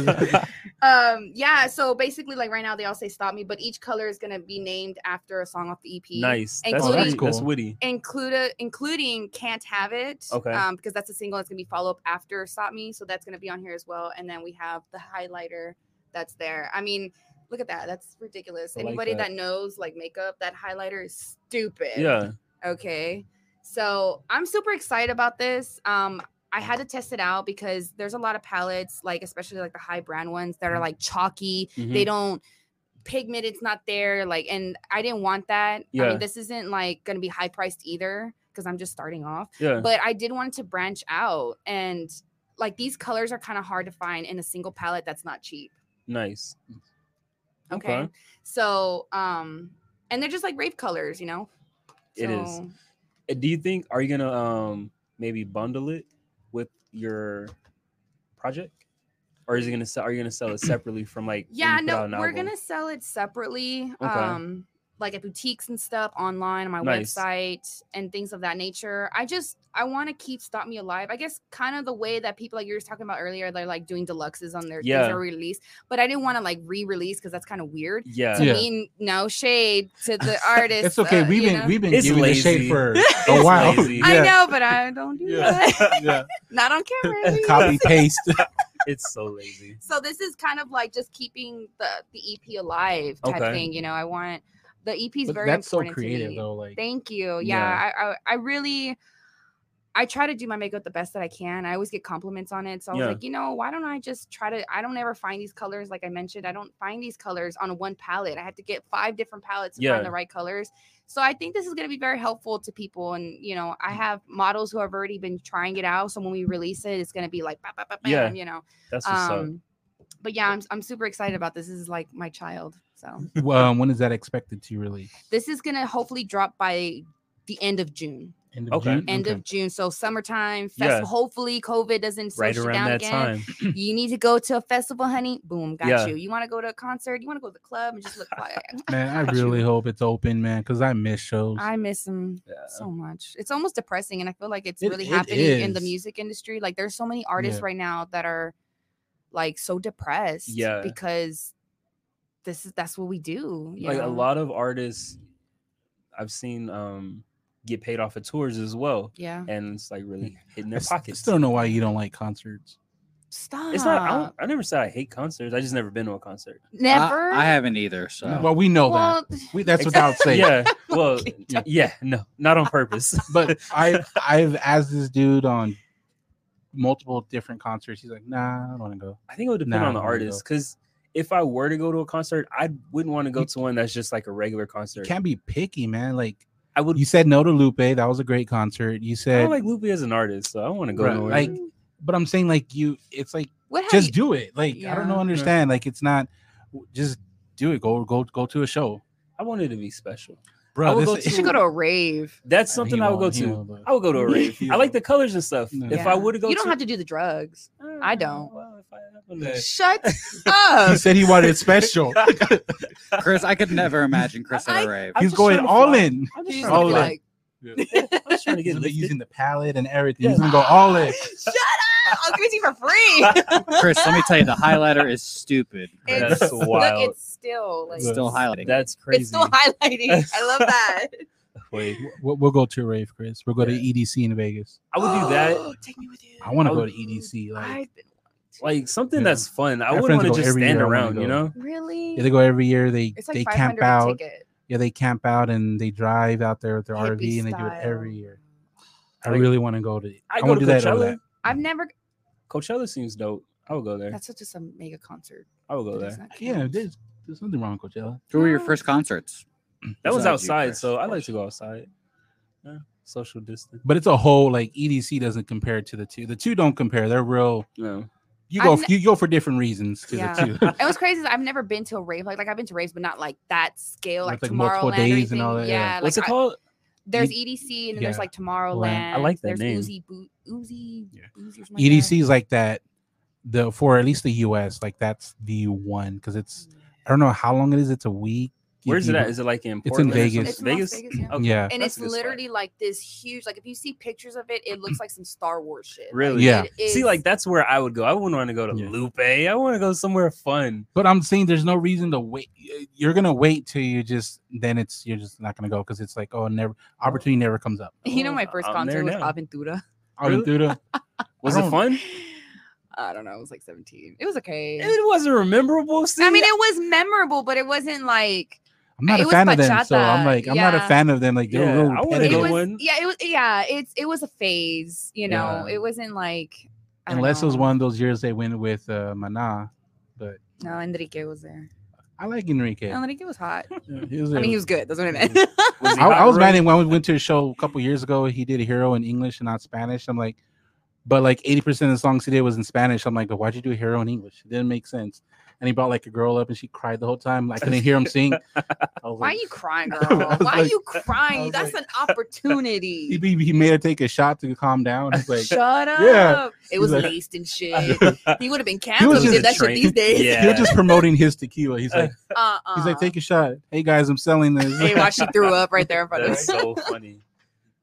[SPEAKER 4] <laughs> um, yeah. So basically, like right now, they all say "Stop Me," but each color is gonna be named after a song off the EP.
[SPEAKER 2] <laughs> Nice.
[SPEAKER 4] And
[SPEAKER 2] That's,
[SPEAKER 4] Oh,
[SPEAKER 2] witty.
[SPEAKER 4] that's
[SPEAKER 2] that's
[SPEAKER 3] cool.
[SPEAKER 2] witty.
[SPEAKER 4] Include including "Can't Have It,"
[SPEAKER 2] Okay.
[SPEAKER 4] um, because that's a single that's gonna be follow up after "Stop Me," so that's gonna be on here as well. And then we have the highlighter that's there. I mean, look at that. That's ridiculous.
[SPEAKER 2] I like
[SPEAKER 4] Anybody
[SPEAKER 2] that.
[SPEAKER 4] that. knows like makeup, that highlighter is stupid.
[SPEAKER 2] Yeah.
[SPEAKER 4] Okay. So I'm super excited about this. Um, I had to test it out because there's a lot of palettes, like especially like the high brand ones
[SPEAKER 2] Mm-hmm.
[SPEAKER 4] that are like chalky. They
[SPEAKER 2] Mhm.
[SPEAKER 4] don't pigment, it's not there. Like, and I didn't want that. I
[SPEAKER 2] Yeah.
[SPEAKER 4] mean, this isn't like gonna be high priced either because I'm just starting off.
[SPEAKER 2] Yeah.
[SPEAKER 4] But I did want it to branch out and like these colors are kind of hard to find in a single palette that's not cheap.
[SPEAKER 2] Nice.
[SPEAKER 4] Okay.
[SPEAKER 2] Okay.
[SPEAKER 4] So um and they're just like rave colors, you know?
[SPEAKER 2] It is.
[SPEAKER 4] So-
[SPEAKER 2] Uh, Do you think are you gonna um maybe bundle it with your project, or is it gonna sell? Are you gonna
[SPEAKER 4] <clears throat>
[SPEAKER 2] sell it separately from like? when
[SPEAKER 4] Yeah,
[SPEAKER 2] you put
[SPEAKER 4] no,
[SPEAKER 2] out an
[SPEAKER 4] we're
[SPEAKER 2] album?
[SPEAKER 4] gonna sell it separately.
[SPEAKER 2] Okay.
[SPEAKER 4] Um like at boutiques and stuff online on my
[SPEAKER 2] Nice.
[SPEAKER 4] website and things of that nature. I just I want to keep Stop Me Alive. I guess kind of the way that people like you were talking about earlier, they're like doing deluxes on their things
[SPEAKER 2] Yeah.
[SPEAKER 4] that are released. But I didn't want to like re-release because that's kind of weird.
[SPEAKER 2] Yeah.
[SPEAKER 4] To
[SPEAKER 3] Yeah.
[SPEAKER 4] me, no shade
[SPEAKER 2] <laughs>
[SPEAKER 4] to the artist.
[SPEAKER 3] it's okay.
[SPEAKER 4] uh,
[SPEAKER 3] We've
[SPEAKER 4] you
[SPEAKER 3] been
[SPEAKER 4] know?
[SPEAKER 3] we've been
[SPEAKER 2] It's
[SPEAKER 3] giving the
[SPEAKER 2] lazy. <laughs>
[SPEAKER 3] shade for a
[SPEAKER 2] It's
[SPEAKER 3] while.
[SPEAKER 2] lazy.
[SPEAKER 4] I
[SPEAKER 3] Yeah,
[SPEAKER 4] know, but I don't do
[SPEAKER 3] Yeah.
[SPEAKER 4] that. <laughs>
[SPEAKER 3] yeah. <laughs>
[SPEAKER 4] Not on camera. at least.
[SPEAKER 3] Copy paste.
[SPEAKER 2] it's so lazy.
[SPEAKER 4] So this is kind of like just keeping the the EP alive type
[SPEAKER 2] Okay.
[SPEAKER 4] thing. You know, I want the EP is
[SPEAKER 3] But
[SPEAKER 4] very
[SPEAKER 3] that's so
[SPEAKER 4] important to
[SPEAKER 3] creative
[SPEAKER 4] me.
[SPEAKER 3] though. Like
[SPEAKER 4] Thank you. Yeah,
[SPEAKER 2] Yeah.
[SPEAKER 4] I, I I really I try to do my makeup the best that I can. I always get compliments on it. So I was
[SPEAKER 2] Yeah.
[SPEAKER 4] like, you know, why don't I just try to I don't ever find these colors like I mentioned. I don't find these colors on one palette. I had to get five different palettes to
[SPEAKER 2] Yeah.
[SPEAKER 4] find the right colors. So I think this is going to be very helpful to people and you know, I have models who have already been trying it out. So when we release it, it's going to be like bam, bam, bam,
[SPEAKER 2] Yeah.
[SPEAKER 4] you know.
[SPEAKER 2] That's what's
[SPEAKER 4] Um but yeah, I'm I'm super excited about this. This is like my child. So
[SPEAKER 3] well, um, when is that expected to release?
[SPEAKER 4] this is gonna hopefully drop by the end of June.
[SPEAKER 3] End of
[SPEAKER 2] Okay.
[SPEAKER 3] June.
[SPEAKER 4] End
[SPEAKER 3] Okay.
[SPEAKER 4] of June. So summertime
[SPEAKER 2] Yeah.
[SPEAKER 4] festival. Hopefully COVID doesn't
[SPEAKER 2] up.
[SPEAKER 4] slow
[SPEAKER 2] Right
[SPEAKER 4] shit
[SPEAKER 2] around
[SPEAKER 4] down
[SPEAKER 2] that
[SPEAKER 4] again.
[SPEAKER 2] time.
[SPEAKER 4] You need to go to a festival, honey. Boom, got
[SPEAKER 2] Yeah.
[SPEAKER 4] you. You want to go to a concert? You want to go to the club and
[SPEAKER 2] <laughs>
[SPEAKER 4] just look quiet?
[SPEAKER 3] man, I
[SPEAKER 4] Got you.
[SPEAKER 3] really hope it's open, man, because I miss shows.
[SPEAKER 4] I miss them
[SPEAKER 2] Yeah.
[SPEAKER 4] so much. It's almost depressing, and I feel like it's
[SPEAKER 3] It-
[SPEAKER 4] really
[SPEAKER 3] it
[SPEAKER 4] happening in the
[SPEAKER 3] is.
[SPEAKER 4] music industry. Like there's so many artists
[SPEAKER 3] Yeah.
[SPEAKER 4] right now that are like so depressed,
[SPEAKER 2] Yeah.
[SPEAKER 4] because this is that's what we do. You
[SPEAKER 2] like a
[SPEAKER 4] know?
[SPEAKER 2] lot of artists I've seen um get paid off of tours as well.
[SPEAKER 4] Yeah.
[SPEAKER 2] And it's like
[SPEAKER 3] <laughs>
[SPEAKER 2] really hitting
[SPEAKER 3] I
[SPEAKER 2] their
[SPEAKER 3] s- I
[SPEAKER 2] pockets.
[SPEAKER 3] still don't know why you don't like concerts.
[SPEAKER 4] Stop.
[SPEAKER 2] It's not. I, don't,
[SPEAKER 4] Ah.
[SPEAKER 2] I never said I hate concerts. I just never been to a concert.
[SPEAKER 5] I-
[SPEAKER 4] Never.
[SPEAKER 5] I, haven't either. So
[SPEAKER 3] Well, we know
[SPEAKER 4] well,
[SPEAKER 3] that. We, that's
[SPEAKER 4] <laughs>
[SPEAKER 3] without saying.
[SPEAKER 2] Yeah. Well.
[SPEAKER 4] Okay,
[SPEAKER 2] n- yeah. No. Not on purpose.
[SPEAKER 3] <laughs>
[SPEAKER 2] <laughs>
[SPEAKER 3] But I I've asked this dude on multiple different concerts. He's like, nah, I don't want to go.
[SPEAKER 2] I think it would depend
[SPEAKER 3] Nah,
[SPEAKER 2] on the
[SPEAKER 3] I wouldn't
[SPEAKER 2] artist because if I were to go to a concert, I wouldn't want to go to one that's just like a regular
[SPEAKER 3] You
[SPEAKER 2] concert.
[SPEAKER 3] can't be picky, man. Like
[SPEAKER 2] I would.
[SPEAKER 3] you said no to Lupe. That was a great concert. You
[SPEAKER 2] I
[SPEAKER 3] said,
[SPEAKER 2] don't like Lupe as an artist, so I don't want to go
[SPEAKER 3] Right,
[SPEAKER 2] nowhere.
[SPEAKER 3] like, but I'm saying like you. It's like
[SPEAKER 4] what have
[SPEAKER 3] just
[SPEAKER 4] you-
[SPEAKER 3] do it. Like I don't know,
[SPEAKER 4] Yeah.
[SPEAKER 3] understand. Like it's not just do it. Go go go to a show,
[SPEAKER 2] I wanted to be special. I
[SPEAKER 3] bro.
[SPEAKER 2] would
[SPEAKER 3] this-
[SPEAKER 4] You
[SPEAKER 3] <laughs>
[SPEAKER 4] should go to a rave.
[SPEAKER 2] That's
[SPEAKER 3] He
[SPEAKER 2] something I would go
[SPEAKER 3] won't- he
[SPEAKER 2] to.
[SPEAKER 3] won't, but-
[SPEAKER 2] I would go to a rave.
[SPEAKER 3] <laughs> He
[SPEAKER 2] I like the
[SPEAKER 3] won't.
[SPEAKER 2] colors and stuff.
[SPEAKER 3] No.
[SPEAKER 2] If I
[SPEAKER 4] Yeah.
[SPEAKER 2] were to go,
[SPEAKER 4] you don't
[SPEAKER 2] to,
[SPEAKER 4] have to do the drugs. I don't.
[SPEAKER 2] Well, if I happen to- <laughs>
[SPEAKER 4] Shut
[SPEAKER 3] He
[SPEAKER 4] up.
[SPEAKER 3] said he wanted it special.
[SPEAKER 2] <laughs>
[SPEAKER 5] Chris, I could never imagine Chris at
[SPEAKER 4] I-
[SPEAKER 5] a rave.
[SPEAKER 2] I'm
[SPEAKER 3] He's
[SPEAKER 2] just
[SPEAKER 3] going
[SPEAKER 2] trying to
[SPEAKER 3] all
[SPEAKER 2] fly.
[SPEAKER 3] in.
[SPEAKER 2] I'm just
[SPEAKER 4] He's
[SPEAKER 2] trying
[SPEAKER 4] gonna
[SPEAKER 3] all
[SPEAKER 4] be
[SPEAKER 2] to
[SPEAKER 3] in.
[SPEAKER 2] fly. <laughs>
[SPEAKER 4] like,
[SPEAKER 2] I'm just trying to get
[SPEAKER 3] <laughs> He's
[SPEAKER 2] lifted.
[SPEAKER 3] using the palette and everything. He's
[SPEAKER 2] Yeah.
[SPEAKER 3] gonna go all
[SPEAKER 2] <laughs>
[SPEAKER 3] in.
[SPEAKER 4] shut up. I'll give it to you for free.
[SPEAKER 5] Chris, let me tell you, the highlighter
[SPEAKER 4] <laughs>
[SPEAKER 5] is stupid.
[SPEAKER 2] That's
[SPEAKER 4] It's-
[SPEAKER 2] wild.
[SPEAKER 4] Look, it's still like
[SPEAKER 5] It's still highlighting.
[SPEAKER 2] That's crazy.
[SPEAKER 4] it's still highlighting. I
[SPEAKER 2] <laughs>
[SPEAKER 4] love that.
[SPEAKER 2] Wait,
[SPEAKER 3] We'll, we'll go to a rave, Chris. We'll go
[SPEAKER 2] Yeah.
[SPEAKER 3] to EDC in Vegas.
[SPEAKER 2] I would do that.
[SPEAKER 4] <gasps> Take me with you.
[SPEAKER 3] I want
[SPEAKER 2] I
[SPEAKER 3] to go
[SPEAKER 2] would-
[SPEAKER 3] to EDC. Like
[SPEAKER 4] I've been
[SPEAKER 2] Like something
[SPEAKER 3] Yeah.
[SPEAKER 2] that's fun. I
[SPEAKER 3] My
[SPEAKER 2] wouldn't
[SPEAKER 3] friends
[SPEAKER 2] want
[SPEAKER 3] go
[SPEAKER 2] to just
[SPEAKER 3] every
[SPEAKER 2] stand
[SPEAKER 3] year I wanna
[SPEAKER 2] around, you
[SPEAKER 3] go.
[SPEAKER 2] know?
[SPEAKER 4] really.
[SPEAKER 3] yeah, they go every year. They
[SPEAKER 4] it's like
[SPEAKER 3] they
[SPEAKER 4] five
[SPEAKER 3] camp
[SPEAKER 4] hundred a
[SPEAKER 3] out.
[SPEAKER 4] ticket.
[SPEAKER 3] Yeah, they camp out and they drive out there with their
[SPEAKER 4] Hippie
[SPEAKER 3] RV and they do it
[SPEAKER 4] style.
[SPEAKER 3] every year. I
[SPEAKER 2] Like,
[SPEAKER 3] really want to go to. I,
[SPEAKER 2] I go
[SPEAKER 3] want
[SPEAKER 2] to
[SPEAKER 3] to do that. Over
[SPEAKER 2] Coachella.
[SPEAKER 3] that.
[SPEAKER 4] I've never.
[SPEAKER 2] Coachella seems dope. I would go there.
[SPEAKER 4] That's just a mega concert.
[SPEAKER 2] I would go
[SPEAKER 4] That does
[SPEAKER 2] there.
[SPEAKER 4] not
[SPEAKER 3] Yeah,
[SPEAKER 4] count.
[SPEAKER 3] there's there's nothing wrong with Coachella.
[SPEAKER 5] Who were your first concerts?
[SPEAKER 2] That was
[SPEAKER 5] Besides you,
[SPEAKER 2] outside,
[SPEAKER 5] Chris,
[SPEAKER 2] so
[SPEAKER 5] of
[SPEAKER 2] I like
[SPEAKER 5] course.
[SPEAKER 2] to go outside. Yeah, Social distance.
[SPEAKER 3] But it's a whole like EDC doesn't compare to the two. The two don't compare. They're real.
[SPEAKER 2] No.
[SPEAKER 3] You
[SPEAKER 4] I've
[SPEAKER 3] go
[SPEAKER 4] ne-
[SPEAKER 3] you go for different reasons to
[SPEAKER 4] Yeah.
[SPEAKER 2] <laughs>
[SPEAKER 3] <laughs> the two.
[SPEAKER 4] It was crazy. that I've never been to a rave. Like, like I've been to raves, but not like that scale.
[SPEAKER 3] With,
[SPEAKER 4] Like,
[SPEAKER 3] like,
[SPEAKER 4] tomorrow
[SPEAKER 3] multiple
[SPEAKER 4] Tomorrowland,
[SPEAKER 3] days
[SPEAKER 4] and all that. Yeah,
[SPEAKER 2] What's it
[SPEAKER 4] like, I-
[SPEAKER 2] called?
[SPEAKER 4] there's EDC and then there's
[SPEAKER 3] Yeah.
[SPEAKER 4] like Tomorrowland.
[SPEAKER 2] I like that
[SPEAKER 4] there's
[SPEAKER 2] name.
[SPEAKER 4] Uzi, Boo- Uzi,
[SPEAKER 3] Yeah.
[SPEAKER 4] Uzi or something like that.
[SPEAKER 3] EDC is E like that. The for at least the US, like that's the one because it's I don't know how long it is. It's a week. if
[SPEAKER 2] Where's it
[SPEAKER 3] you-
[SPEAKER 2] at? Is it like in
[SPEAKER 3] in
[SPEAKER 2] Portland? or
[SPEAKER 3] Vegas. Oh,
[SPEAKER 2] something?
[SPEAKER 4] It's in Las
[SPEAKER 2] Vegas?
[SPEAKER 4] Vegas, yeah.
[SPEAKER 2] Okay,
[SPEAKER 3] Yeah,
[SPEAKER 4] And
[SPEAKER 2] that's
[SPEAKER 4] it's
[SPEAKER 2] a good spot.
[SPEAKER 4] literally like this huge. Like if you see pictures of it, it looks like some Star Wars shit. Like,
[SPEAKER 2] Really?
[SPEAKER 3] Yeah.
[SPEAKER 4] it
[SPEAKER 2] See, like
[SPEAKER 4] is-
[SPEAKER 2] that's where I would go. I wouldn't want to go to
[SPEAKER 3] Yeah.
[SPEAKER 2] Lupe. I want to go somewhere fun.
[SPEAKER 3] but I'm saying there's no reason to wait. You're gonna wait till you just then it's you're just not gonna go because it's like oh never opportunity never comes up.
[SPEAKER 4] <laughs> You know, my 1st
[SPEAKER 2] I'm
[SPEAKER 4] concert
[SPEAKER 2] there
[SPEAKER 4] was
[SPEAKER 2] now.
[SPEAKER 4] Aventura.
[SPEAKER 3] I went through the-
[SPEAKER 2] Was
[SPEAKER 3] I
[SPEAKER 2] it
[SPEAKER 3] don't-
[SPEAKER 2] fun?
[SPEAKER 4] <laughs> I don't know. I was like 17. It was okay.
[SPEAKER 2] It wasn't memorable. See,
[SPEAKER 4] I mean, it was memorable, but it wasn't like
[SPEAKER 3] I'm not
[SPEAKER 4] It
[SPEAKER 3] a
[SPEAKER 4] was
[SPEAKER 3] fan of them, so
[SPEAKER 4] bachata,
[SPEAKER 3] I'm like I'm not
[SPEAKER 4] yeah.
[SPEAKER 3] a fan of them. Like they're
[SPEAKER 2] Yeah,
[SPEAKER 3] real
[SPEAKER 2] I wanna
[SPEAKER 4] it
[SPEAKER 2] go
[SPEAKER 3] repetitive.
[SPEAKER 4] was.
[SPEAKER 2] one.
[SPEAKER 4] Yeah, it was. Yeah, it's it was a phase. You know,
[SPEAKER 2] Yeah.
[SPEAKER 4] it wasn't like I don't
[SPEAKER 3] unless it was
[SPEAKER 4] know.
[SPEAKER 3] one of those years they went with uh, Mana, but
[SPEAKER 4] No, Enrique was there.
[SPEAKER 3] I like Enrique.
[SPEAKER 4] Enrique
[SPEAKER 3] <laughs>
[SPEAKER 4] was hot.
[SPEAKER 3] He was
[SPEAKER 4] I mean,
[SPEAKER 3] a-
[SPEAKER 4] he was good. That's what I meant.
[SPEAKER 3] <laughs>
[SPEAKER 2] Was he
[SPEAKER 3] I,
[SPEAKER 2] hot
[SPEAKER 3] I was
[SPEAKER 2] really?
[SPEAKER 3] mad at him when we went to a show a couple years ago. He did a hero in English and not Spanish. I'm like, but like 80% of the songs he did was in Spanish. I'm like, but why'd you do a hero in English? It didn't make sense. And he brought like a girl up and she cried the whole time. I couldn't hear him sing.
[SPEAKER 2] <laughs>
[SPEAKER 3] I was
[SPEAKER 4] <laughs> Why are
[SPEAKER 3] like-
[SPEAKER 4] you
[SPEAKER 3] <laughs>
[SPEAKER 4] crying,
[SPEAKER 3] I
[SPEAKER 4] girl? Why
[SPEAKER 3] was
[SPEAKER 4] are
[SPEAKER 3] like-
[SPEAKER 4] you
[SPEAKER 3] I
[SPEAKER 4] crying?
[SPEAKER 3] was
[SPEAKER 4] That's
[SPEAKER 3] like- <laughs>
[SPEAKER 4] an
[SPEAKER 3] He,
[SPEAKER 4] opportunity.
[SPEAKER 3] he, he made her take a shot to calm down. It's like,
[SPEAKER 4] Shut up. It was
[SPEAKER 3] He's like- <laughs>
[SPEAKER 4] laced and shit. He would have been canceled if
[SPEAKER 3] just a
[SPEAKER 4] he did that shit
[SPEAKER 2] train.
[SPEAKER 3] <laughs>
[SPEAKER 4] <laughs> these days.
[SPEAKER 2] Yeah.
[SPEAKER 3] he was just promoting his tequila. He's like,
[SPEAKER 4] <laughs> Uh-uh.
[SPEAKER 3] he's like, take a shot. Hey guys, I'm selling
[SPEAKER 4] <laughs>
[SPEAKER 3] this.
[SPEAKER 4] Hey, why she threw up right there in front
[SPEAKER 3] <laughs>
[SPEAKER 4] of
[SPEAKER 2] That's
[SPEAKER 4] us.
[SPEAKER 2] so funny.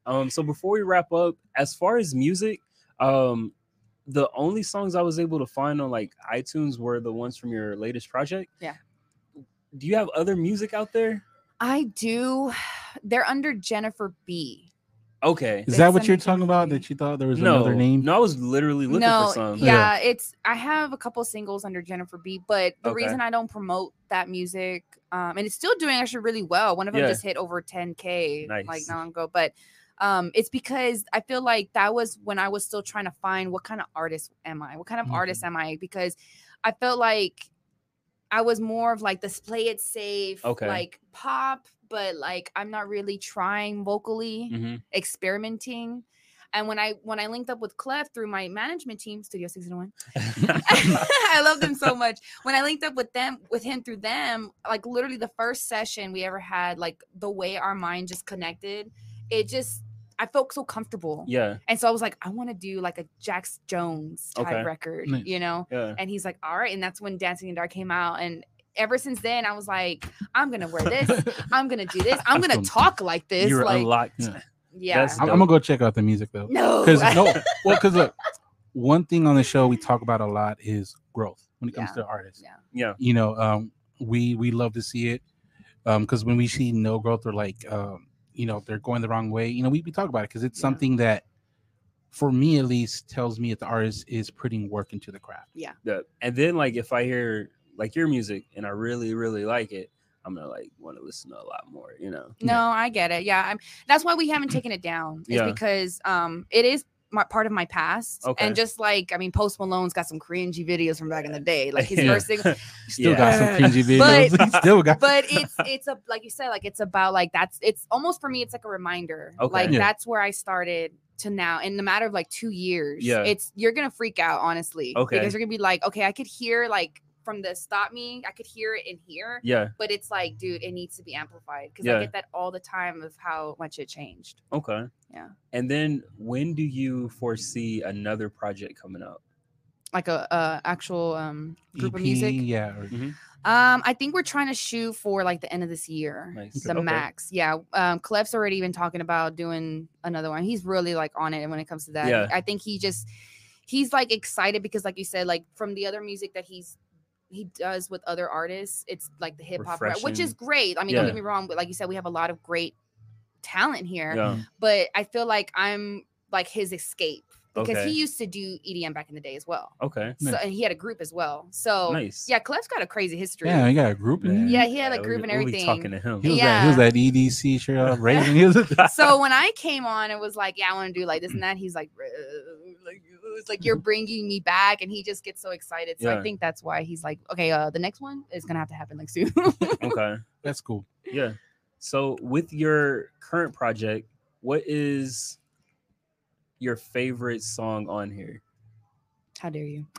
[SPEAKER 2] Um, so before we wrap up, as far as music, um, the only songs I was able to find on like iTunes were the ones from your latest project.
[SPEAKER 4] Yeah.
[SPEAKER 2] Do you have other music out there?
[SPEAKER 4] <sighs> I do. They're under Jennifer B.
[SPEAKER 2] Okay.
[SPEAKER 3] Is
[SPEAKER 4] They
[SPEAKER 3] that what
[SPEAKER 4] send
[SPEAKER 3] you're
[SPEAKER 4] it to
[SPEAKER 3] talking about?
[SPEAKER 4] me.
[SPEAKER 3] That you thought there was
[SPEAKER 2] no,
[SPEAKER 3] another name?
[SPEAKER 2] No, I was literally looking for some.
[SPEAKER 4] yeah, it's I have a couple singles under Jennifer B, but the
[SPEAKER 2] Okay.
[SPEAKER 4] reason I don't promote that music, um, and it's still doing actually really well. One of them
[SPEAKER 2] Yeah.
[SPEAKER 4] just hit over 10k like
[SPEAKER 2] Nice.
[SPEAKER 4] not long ago, but um, it's because I feel like that was when I was still trying to find what kind of artist am I? What kind of artist
[SPEAKER 2] Mm-hmm.
[SPEAKER 4] am I? Because I felt like I was more of like this play it safe,
[SPEAKER 2] Okay.
[SPEAKER 4] like pop, but like I'm not really trying vocally
[SPEAKER 2] hmm
[SPEAKER 4] experimenting. And when I when I linked up with Clef through my management team,
[SPEAKER 2] <laughs>
[SPEAKER 4] Studio 601, <laughs>
[SPEAKER 2] Mm-hmm.
[SPEAKER 4] I love them so much. When I linked up with them with him through them, like literally the first session we ever had, like the way our mind just connected, it just I felt so comfortable.
[SPEAKER 2] yeah.
[SPEAKER 4] And so I was like, I want to do like a Jax Jones type
[SPEAKER 2] Okay.
[SPEAKER 4] record,
[SPEAKER 3] Nice.
[SPEAKER 4] you know? <laughs>
[SPEAKER 2] Yeah.
[SPEAKER 4] And he's like, All right. And that's when Dancing in the Dark came out. And ever since then, I was like, I'm gonna
[SPEAKER 2] <laughs>
[SPEAKER 4] wear this, I'm gonna do this, I'm gonna
[SPEAKER 3] Awesome.
[SPEAKER 4] talk like this.
[SPEAKER 2] You're
[SPEAKER 4] like
[SPEAKER 2] unlocked.
[SPEAKER 3] Yeah.
[SPEAKER 4] yeah.
[SPEAKER 2] That's
[SPEAKER 3] I'm, I'm gonna go check out the music though.
[SPEAKER 2] <laughs>
[SPEAKER 4] no, <laughs>
[SPEAKER 3] Because no, well, because look, one thing on the show we talk about a lot is growth when it comes
[SPEAKER 4] Yeah.
[SPEAKER 3] to artists.
[SPEAKER 4] Yeah.
[SPEAKER 2] Yeah.
[SPEAKER 3] You know, um, we we love to see it because when we see no growth or like um, you know they're going the wrong way, you know, we, we talk about it because it's
[SPEAKER 4] Yeah.
[SPEAKER 3] something that for me at least tells me that the artist is putting work into the craft.
[SPEAKER 2] Yeah. And then like if I hear like your music and I really really like it, I'm gonna like want to listen to a lot more. You know.
[SPEAKER 3] Yeah.
[SPEAKER 4] No, I get it. Yeah, I'm, that's why
[SPEAKER 2] <clears throat>
[SPEAKER 4] we haven't taken it down. Is
[SPEAKER 2] Yeah.
[SPEAKER 4] because um, it is my, part of my past.
[SPEAKER 2] Okay.
[SPEAKER 4] And just like I mean, Post Malone's got some cringy videos from back in the day, like his
[SPEAKER 2] <laughs> Yeah.
[SPEAKER 4] first single.
[SPEAKER 3] Still
[SPEAKER 2] Yeah.
[SPEAKER 3] got some cringy
[SPEAKER 4] But-
[SPEAKER 3] videos. <laughs> He still got.
[SPEAKER 2] <laughs>
[SPEAKER 4] But it's it's a like you said, like it's about like that's it's almost for me. It's like a reminder.
[SPEAKER 2] Okay.
[SPEAKER 4] Like
[SPEAKER 3] Yeah.
[SPEAKER 4] that's where I started to now in the matter of like two years.
[SPEAKER 2] Yeah.
[SPEAKER 4] It's you're gonna freak out honestly.
[SPEAKER 2] Okay.
[SPEAKER 4] Because you're gonna be like, okay, I could hear like from the stop me, I could hear it in here.
[SPEAKER 2] Yeah.
[SPEAKER 4] but it's like, dude, it needs to be amplified because
[SPEAKER 2] Yeah.
[SPEAKER 4] I get that all the time of how much it changed.
[SPEAKER 2] Okay.
[SPEAKER 4] Yeah.
[SPEAKER 2] And then when do you foresee another project coming out?
[SPEAKER 4] Like a, a actual um, group
[SPEAKER 2] E
[SPEAKER 4] of
[SPEAKER 3] EP,
[SPEAKER 4] music.
[SPEAKER 3] E yeah. or-
[SPEAKER 4] Um, I think we're trying to shoot for like the end of this year,
[SPEAKER 2] Nice.
[SPEAKER 4] the
[SPEAKER 2] Okay.
[SPEAKER 4] max. Yeah. Um, Clef's already been talking about doing another one. He's really like on it when it comes to that.
[SPEAKER 2] Yeah.
[SPEAKER 4] I think he just he's like excited because, like you said, like from the other music that he's he does with other artists, it's like the hip hop, rap, which is
[SPEAKER 2] Refreshing.
[SPEAKER 4] great. I mean, don't
[SPEAKER 2] Yeah.
[SPEAKER 4] get me wrong, but like you said, we have a lot of great talent here.
[SPEAKER 2] Yeah.
[SPEAKER 4] but I feel like I'm like his escape because
[SPEAKER 2] Okay.
[SPEAKER 4] he used to do EDM back in the day as well.
[SPEAKER 2] Okay.
[SPEAKER 4] So,
[SPEAKER 3] Nice.
[SPEAKER 4] and he had a group as well. So
[SPEAKER 2] Nice.
[SPEAKER 4] yeah, Clef's got a crazy history.
[SPEAKER 3] Yeah, he <laughs> got a group. in
[SPEAKER 4] Yeah,
[SPEAKER 3] there.
[SPEAKER 4] he had a groove
[SPEAKER 2] we-
[SPEAKER 4] and
[SPEAKER 2] We'll be talking to him. <laughs>
[SPEAKER 3] He was that. He was
[SPEAKER 4] Yeah.
[SPEAKER 3] that EDC shirt up,
[SPEAKER 4] <laughs>
[SPEAKER 3] raising. He was.
[SPEAKER 4] So when I came on and was like, "Yeah, I want to do like this and that," he's like, "Bruh," like, "It's like you're bringing me back," and he just gets so excited. So
[SPEAKER 2] Yeah.
[SPEAKER 4] I think that's why he's like, "Okay, uh, the next one is gonna have to happen like soon."
[SPEAKER 2] <laughs>
[SPEAKER 4] <laughs>
[SPEAKER 2] okay.
[SPEAKER 3] <laughs> That's cool.
[SPEAKER 2] Yeah. So with your current project, what is your favorite song on here?
[SPEAKER 4] How dare you? <laughs>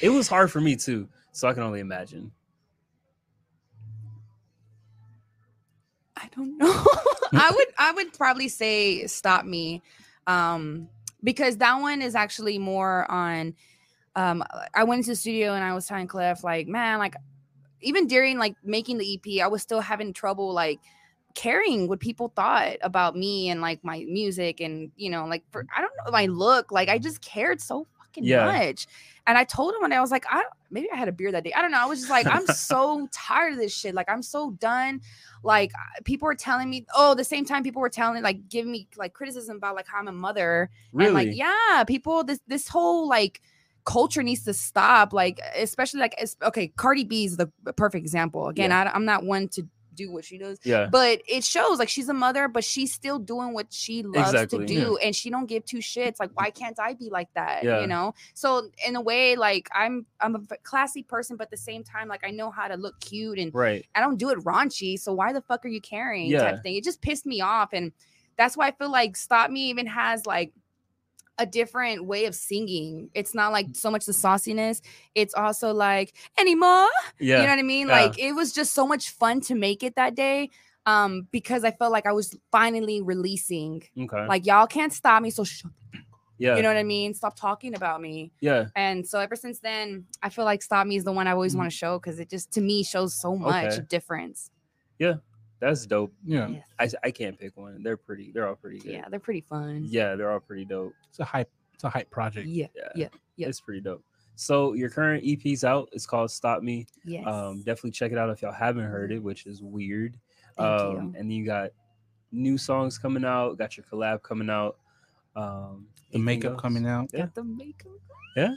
[SPEAKER 2] It was hard for me too, so I can only imagine.
[SPEAKER 4] I don't know. <laughs> I would I would probably say stop me. Um because that one is actually more on um I went into the studio and I was telling Cliff like, man, like even during like making the EP, I was still having trouble like caring what people thought about me and like my music and you know like for I don't know my look like I just cared so fucking
[SPEAKER 2] Yeah.
[SPEAKER 4] much and I told him and I was like I maybe I had a beer that day I don't know I was just like I'm so tired of this shit like I'm so done like people were telling me oh the same time people were telling like giving me like criticism about like how I'm a mother and
[SPEAKER 2] Really?
[SPEAKER 4] like yeah people this this whole like culture needs to stop like especially like es- okay Cardi B is the perfect example again I, I'm not one to do what she does
[SPEAKER 2] yeah.
[SPEAKER 4] but it shows like she's a mother but she's still doing what she loves
[SPEAKER 2] Exactly,
[SPEAKER 4] to
[SPEAKER 2] yeah.
[SPEAKER 4] do and she don't give two shits like why can't i be like that
[SPEAKER 2] Yeah.
[SPEAKER 4] you know so in a way like i'm i'm a v- classy person but at the same time like i know how to look cute and
[SPEAKER 2] Right.
[SPEAKER 4] i don't do it raunchy so why the fuck are you caring
[SPEAKER 2] Yeah.
[SPEAKER 4] type thing it just pissed me off and that's why i feel like stop me even has like a different way of singing. It's not like so much the sauciness. It's also like anymore
[SPEAKER 2] Yeah.
[SPEAKER 4] <laughs> you know what I mean?
[SPEAKER 2] yeah.
[SPEAKER 4] Like it was just so much fun to make it that day. Um, because I felt like I was finally releasing.
[SPEAKER 2] okay.
[SPEAKER 4] Like y'all can't stop me, so sh-
[SPEAKER 2] yeah.
[SPEAKER 4] you know what I mean. Stop talking about me.
[SPEAKER 2] yeah.
[SPEAKER 4] And so ever since then, I feel like "Stop Me" is the one I always want to show because it just to me shows so much
[SPEAKER 2] Mm-hmm. Okay.
[SPEAKER 4] difference.
[SPEAKER 2] That's dope.
[SPEAKER 3] Yeah,
[SPEAKER 4] Yes.
[SPEAKER 2] I, I can't pick one. They're pretty. They're all pretty good.
[SPEAKER 4] Yeah, they're pretty fun.
[SPEAKER 2] Yeah, they're all pretty dope.
[SPEAKER 3] it's a hype. It's a hype project.
[SPEAKER 4] Yeah.
[SPEAKER 2] Yeah.
[SPEAKER 4] Yeah, yeah.
[SPEAKER 2] It's pretty dope. So your current EP's out. It's called Stop Me.
[SPEAKER 4] Yes.
[SPEAKER 2] Um, definitely check it out if y'all haven't heard it, which is weird.
[SPEAKER 4] Thank
[SPEAKER 2] um,
[SPEAKER 4] you.
[SPEAKER 2] and then you got new songs coming out. Got your collab coming out. Um,
[SPEAKER 3] The makeup coming out.
[SPEAKER 2] Yeah.
[SPEAKER 4] Got the makeup.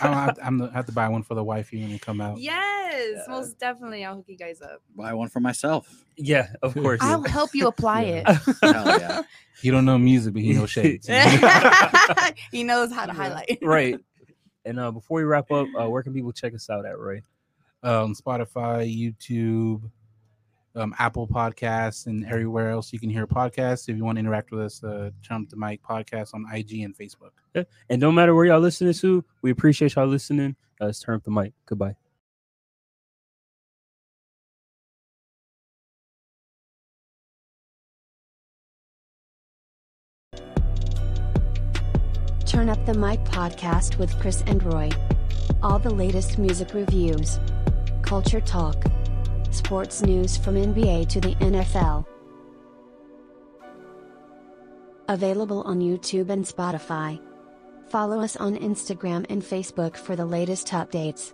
[SPEAKER 3] I don't have, I'm gonna have to buy one for the wifey when they come out.
[SPEAKER 4] Yes,
[SPEAKER 2] Oh. Yeah.
[SPEAKER 4] most definitely. I'll hook you guys up.
[SPEAKER 5] Buy one for myself.
[SPEAKER 2] Yeah,
[SPEAKER 3] <laughs>
[SPEAKER 2] of course. <laughs>
[SPEAKER 4] I'll help you apply
[SPEAKER 3] Yeah.
[SPEAKER 4] it.
[SPEAKER 5] Hell
[SPEAKER 4] <laughs>
[SPEAKER 5] yeah.
[SPEAKER 3] He don't know music, but he knows shades.
[SPEAKER 4] he knows how
[SPEAKER 2] Yeah.
[SPEAKER 4] to highlight.
[SPEAKER 2] right. And uh, before we wrap up, uh, where can people check us out at Roy?
[SPEAKER 3] <laughs> um, Spotify, YouTube, um, Apple Podcasts, and everywhere else you can hear podcasts. If you want to interact with us, uh, Trump the Mic Podcast on IG and Facebook.
[SPEAKER 2] And no matter where y'all listening to, we appreciate y'all listening. Uh, let's turn up the mic. Goodbye.
[SPEAKER 1] Turn Up the Mic podcast with Chris and Roy. All the latest music reviews, culture talk, sports news from NBA to the NFL. Available on YouTube and Spotify. Follow us on Instagram and Facebook for the latest updates.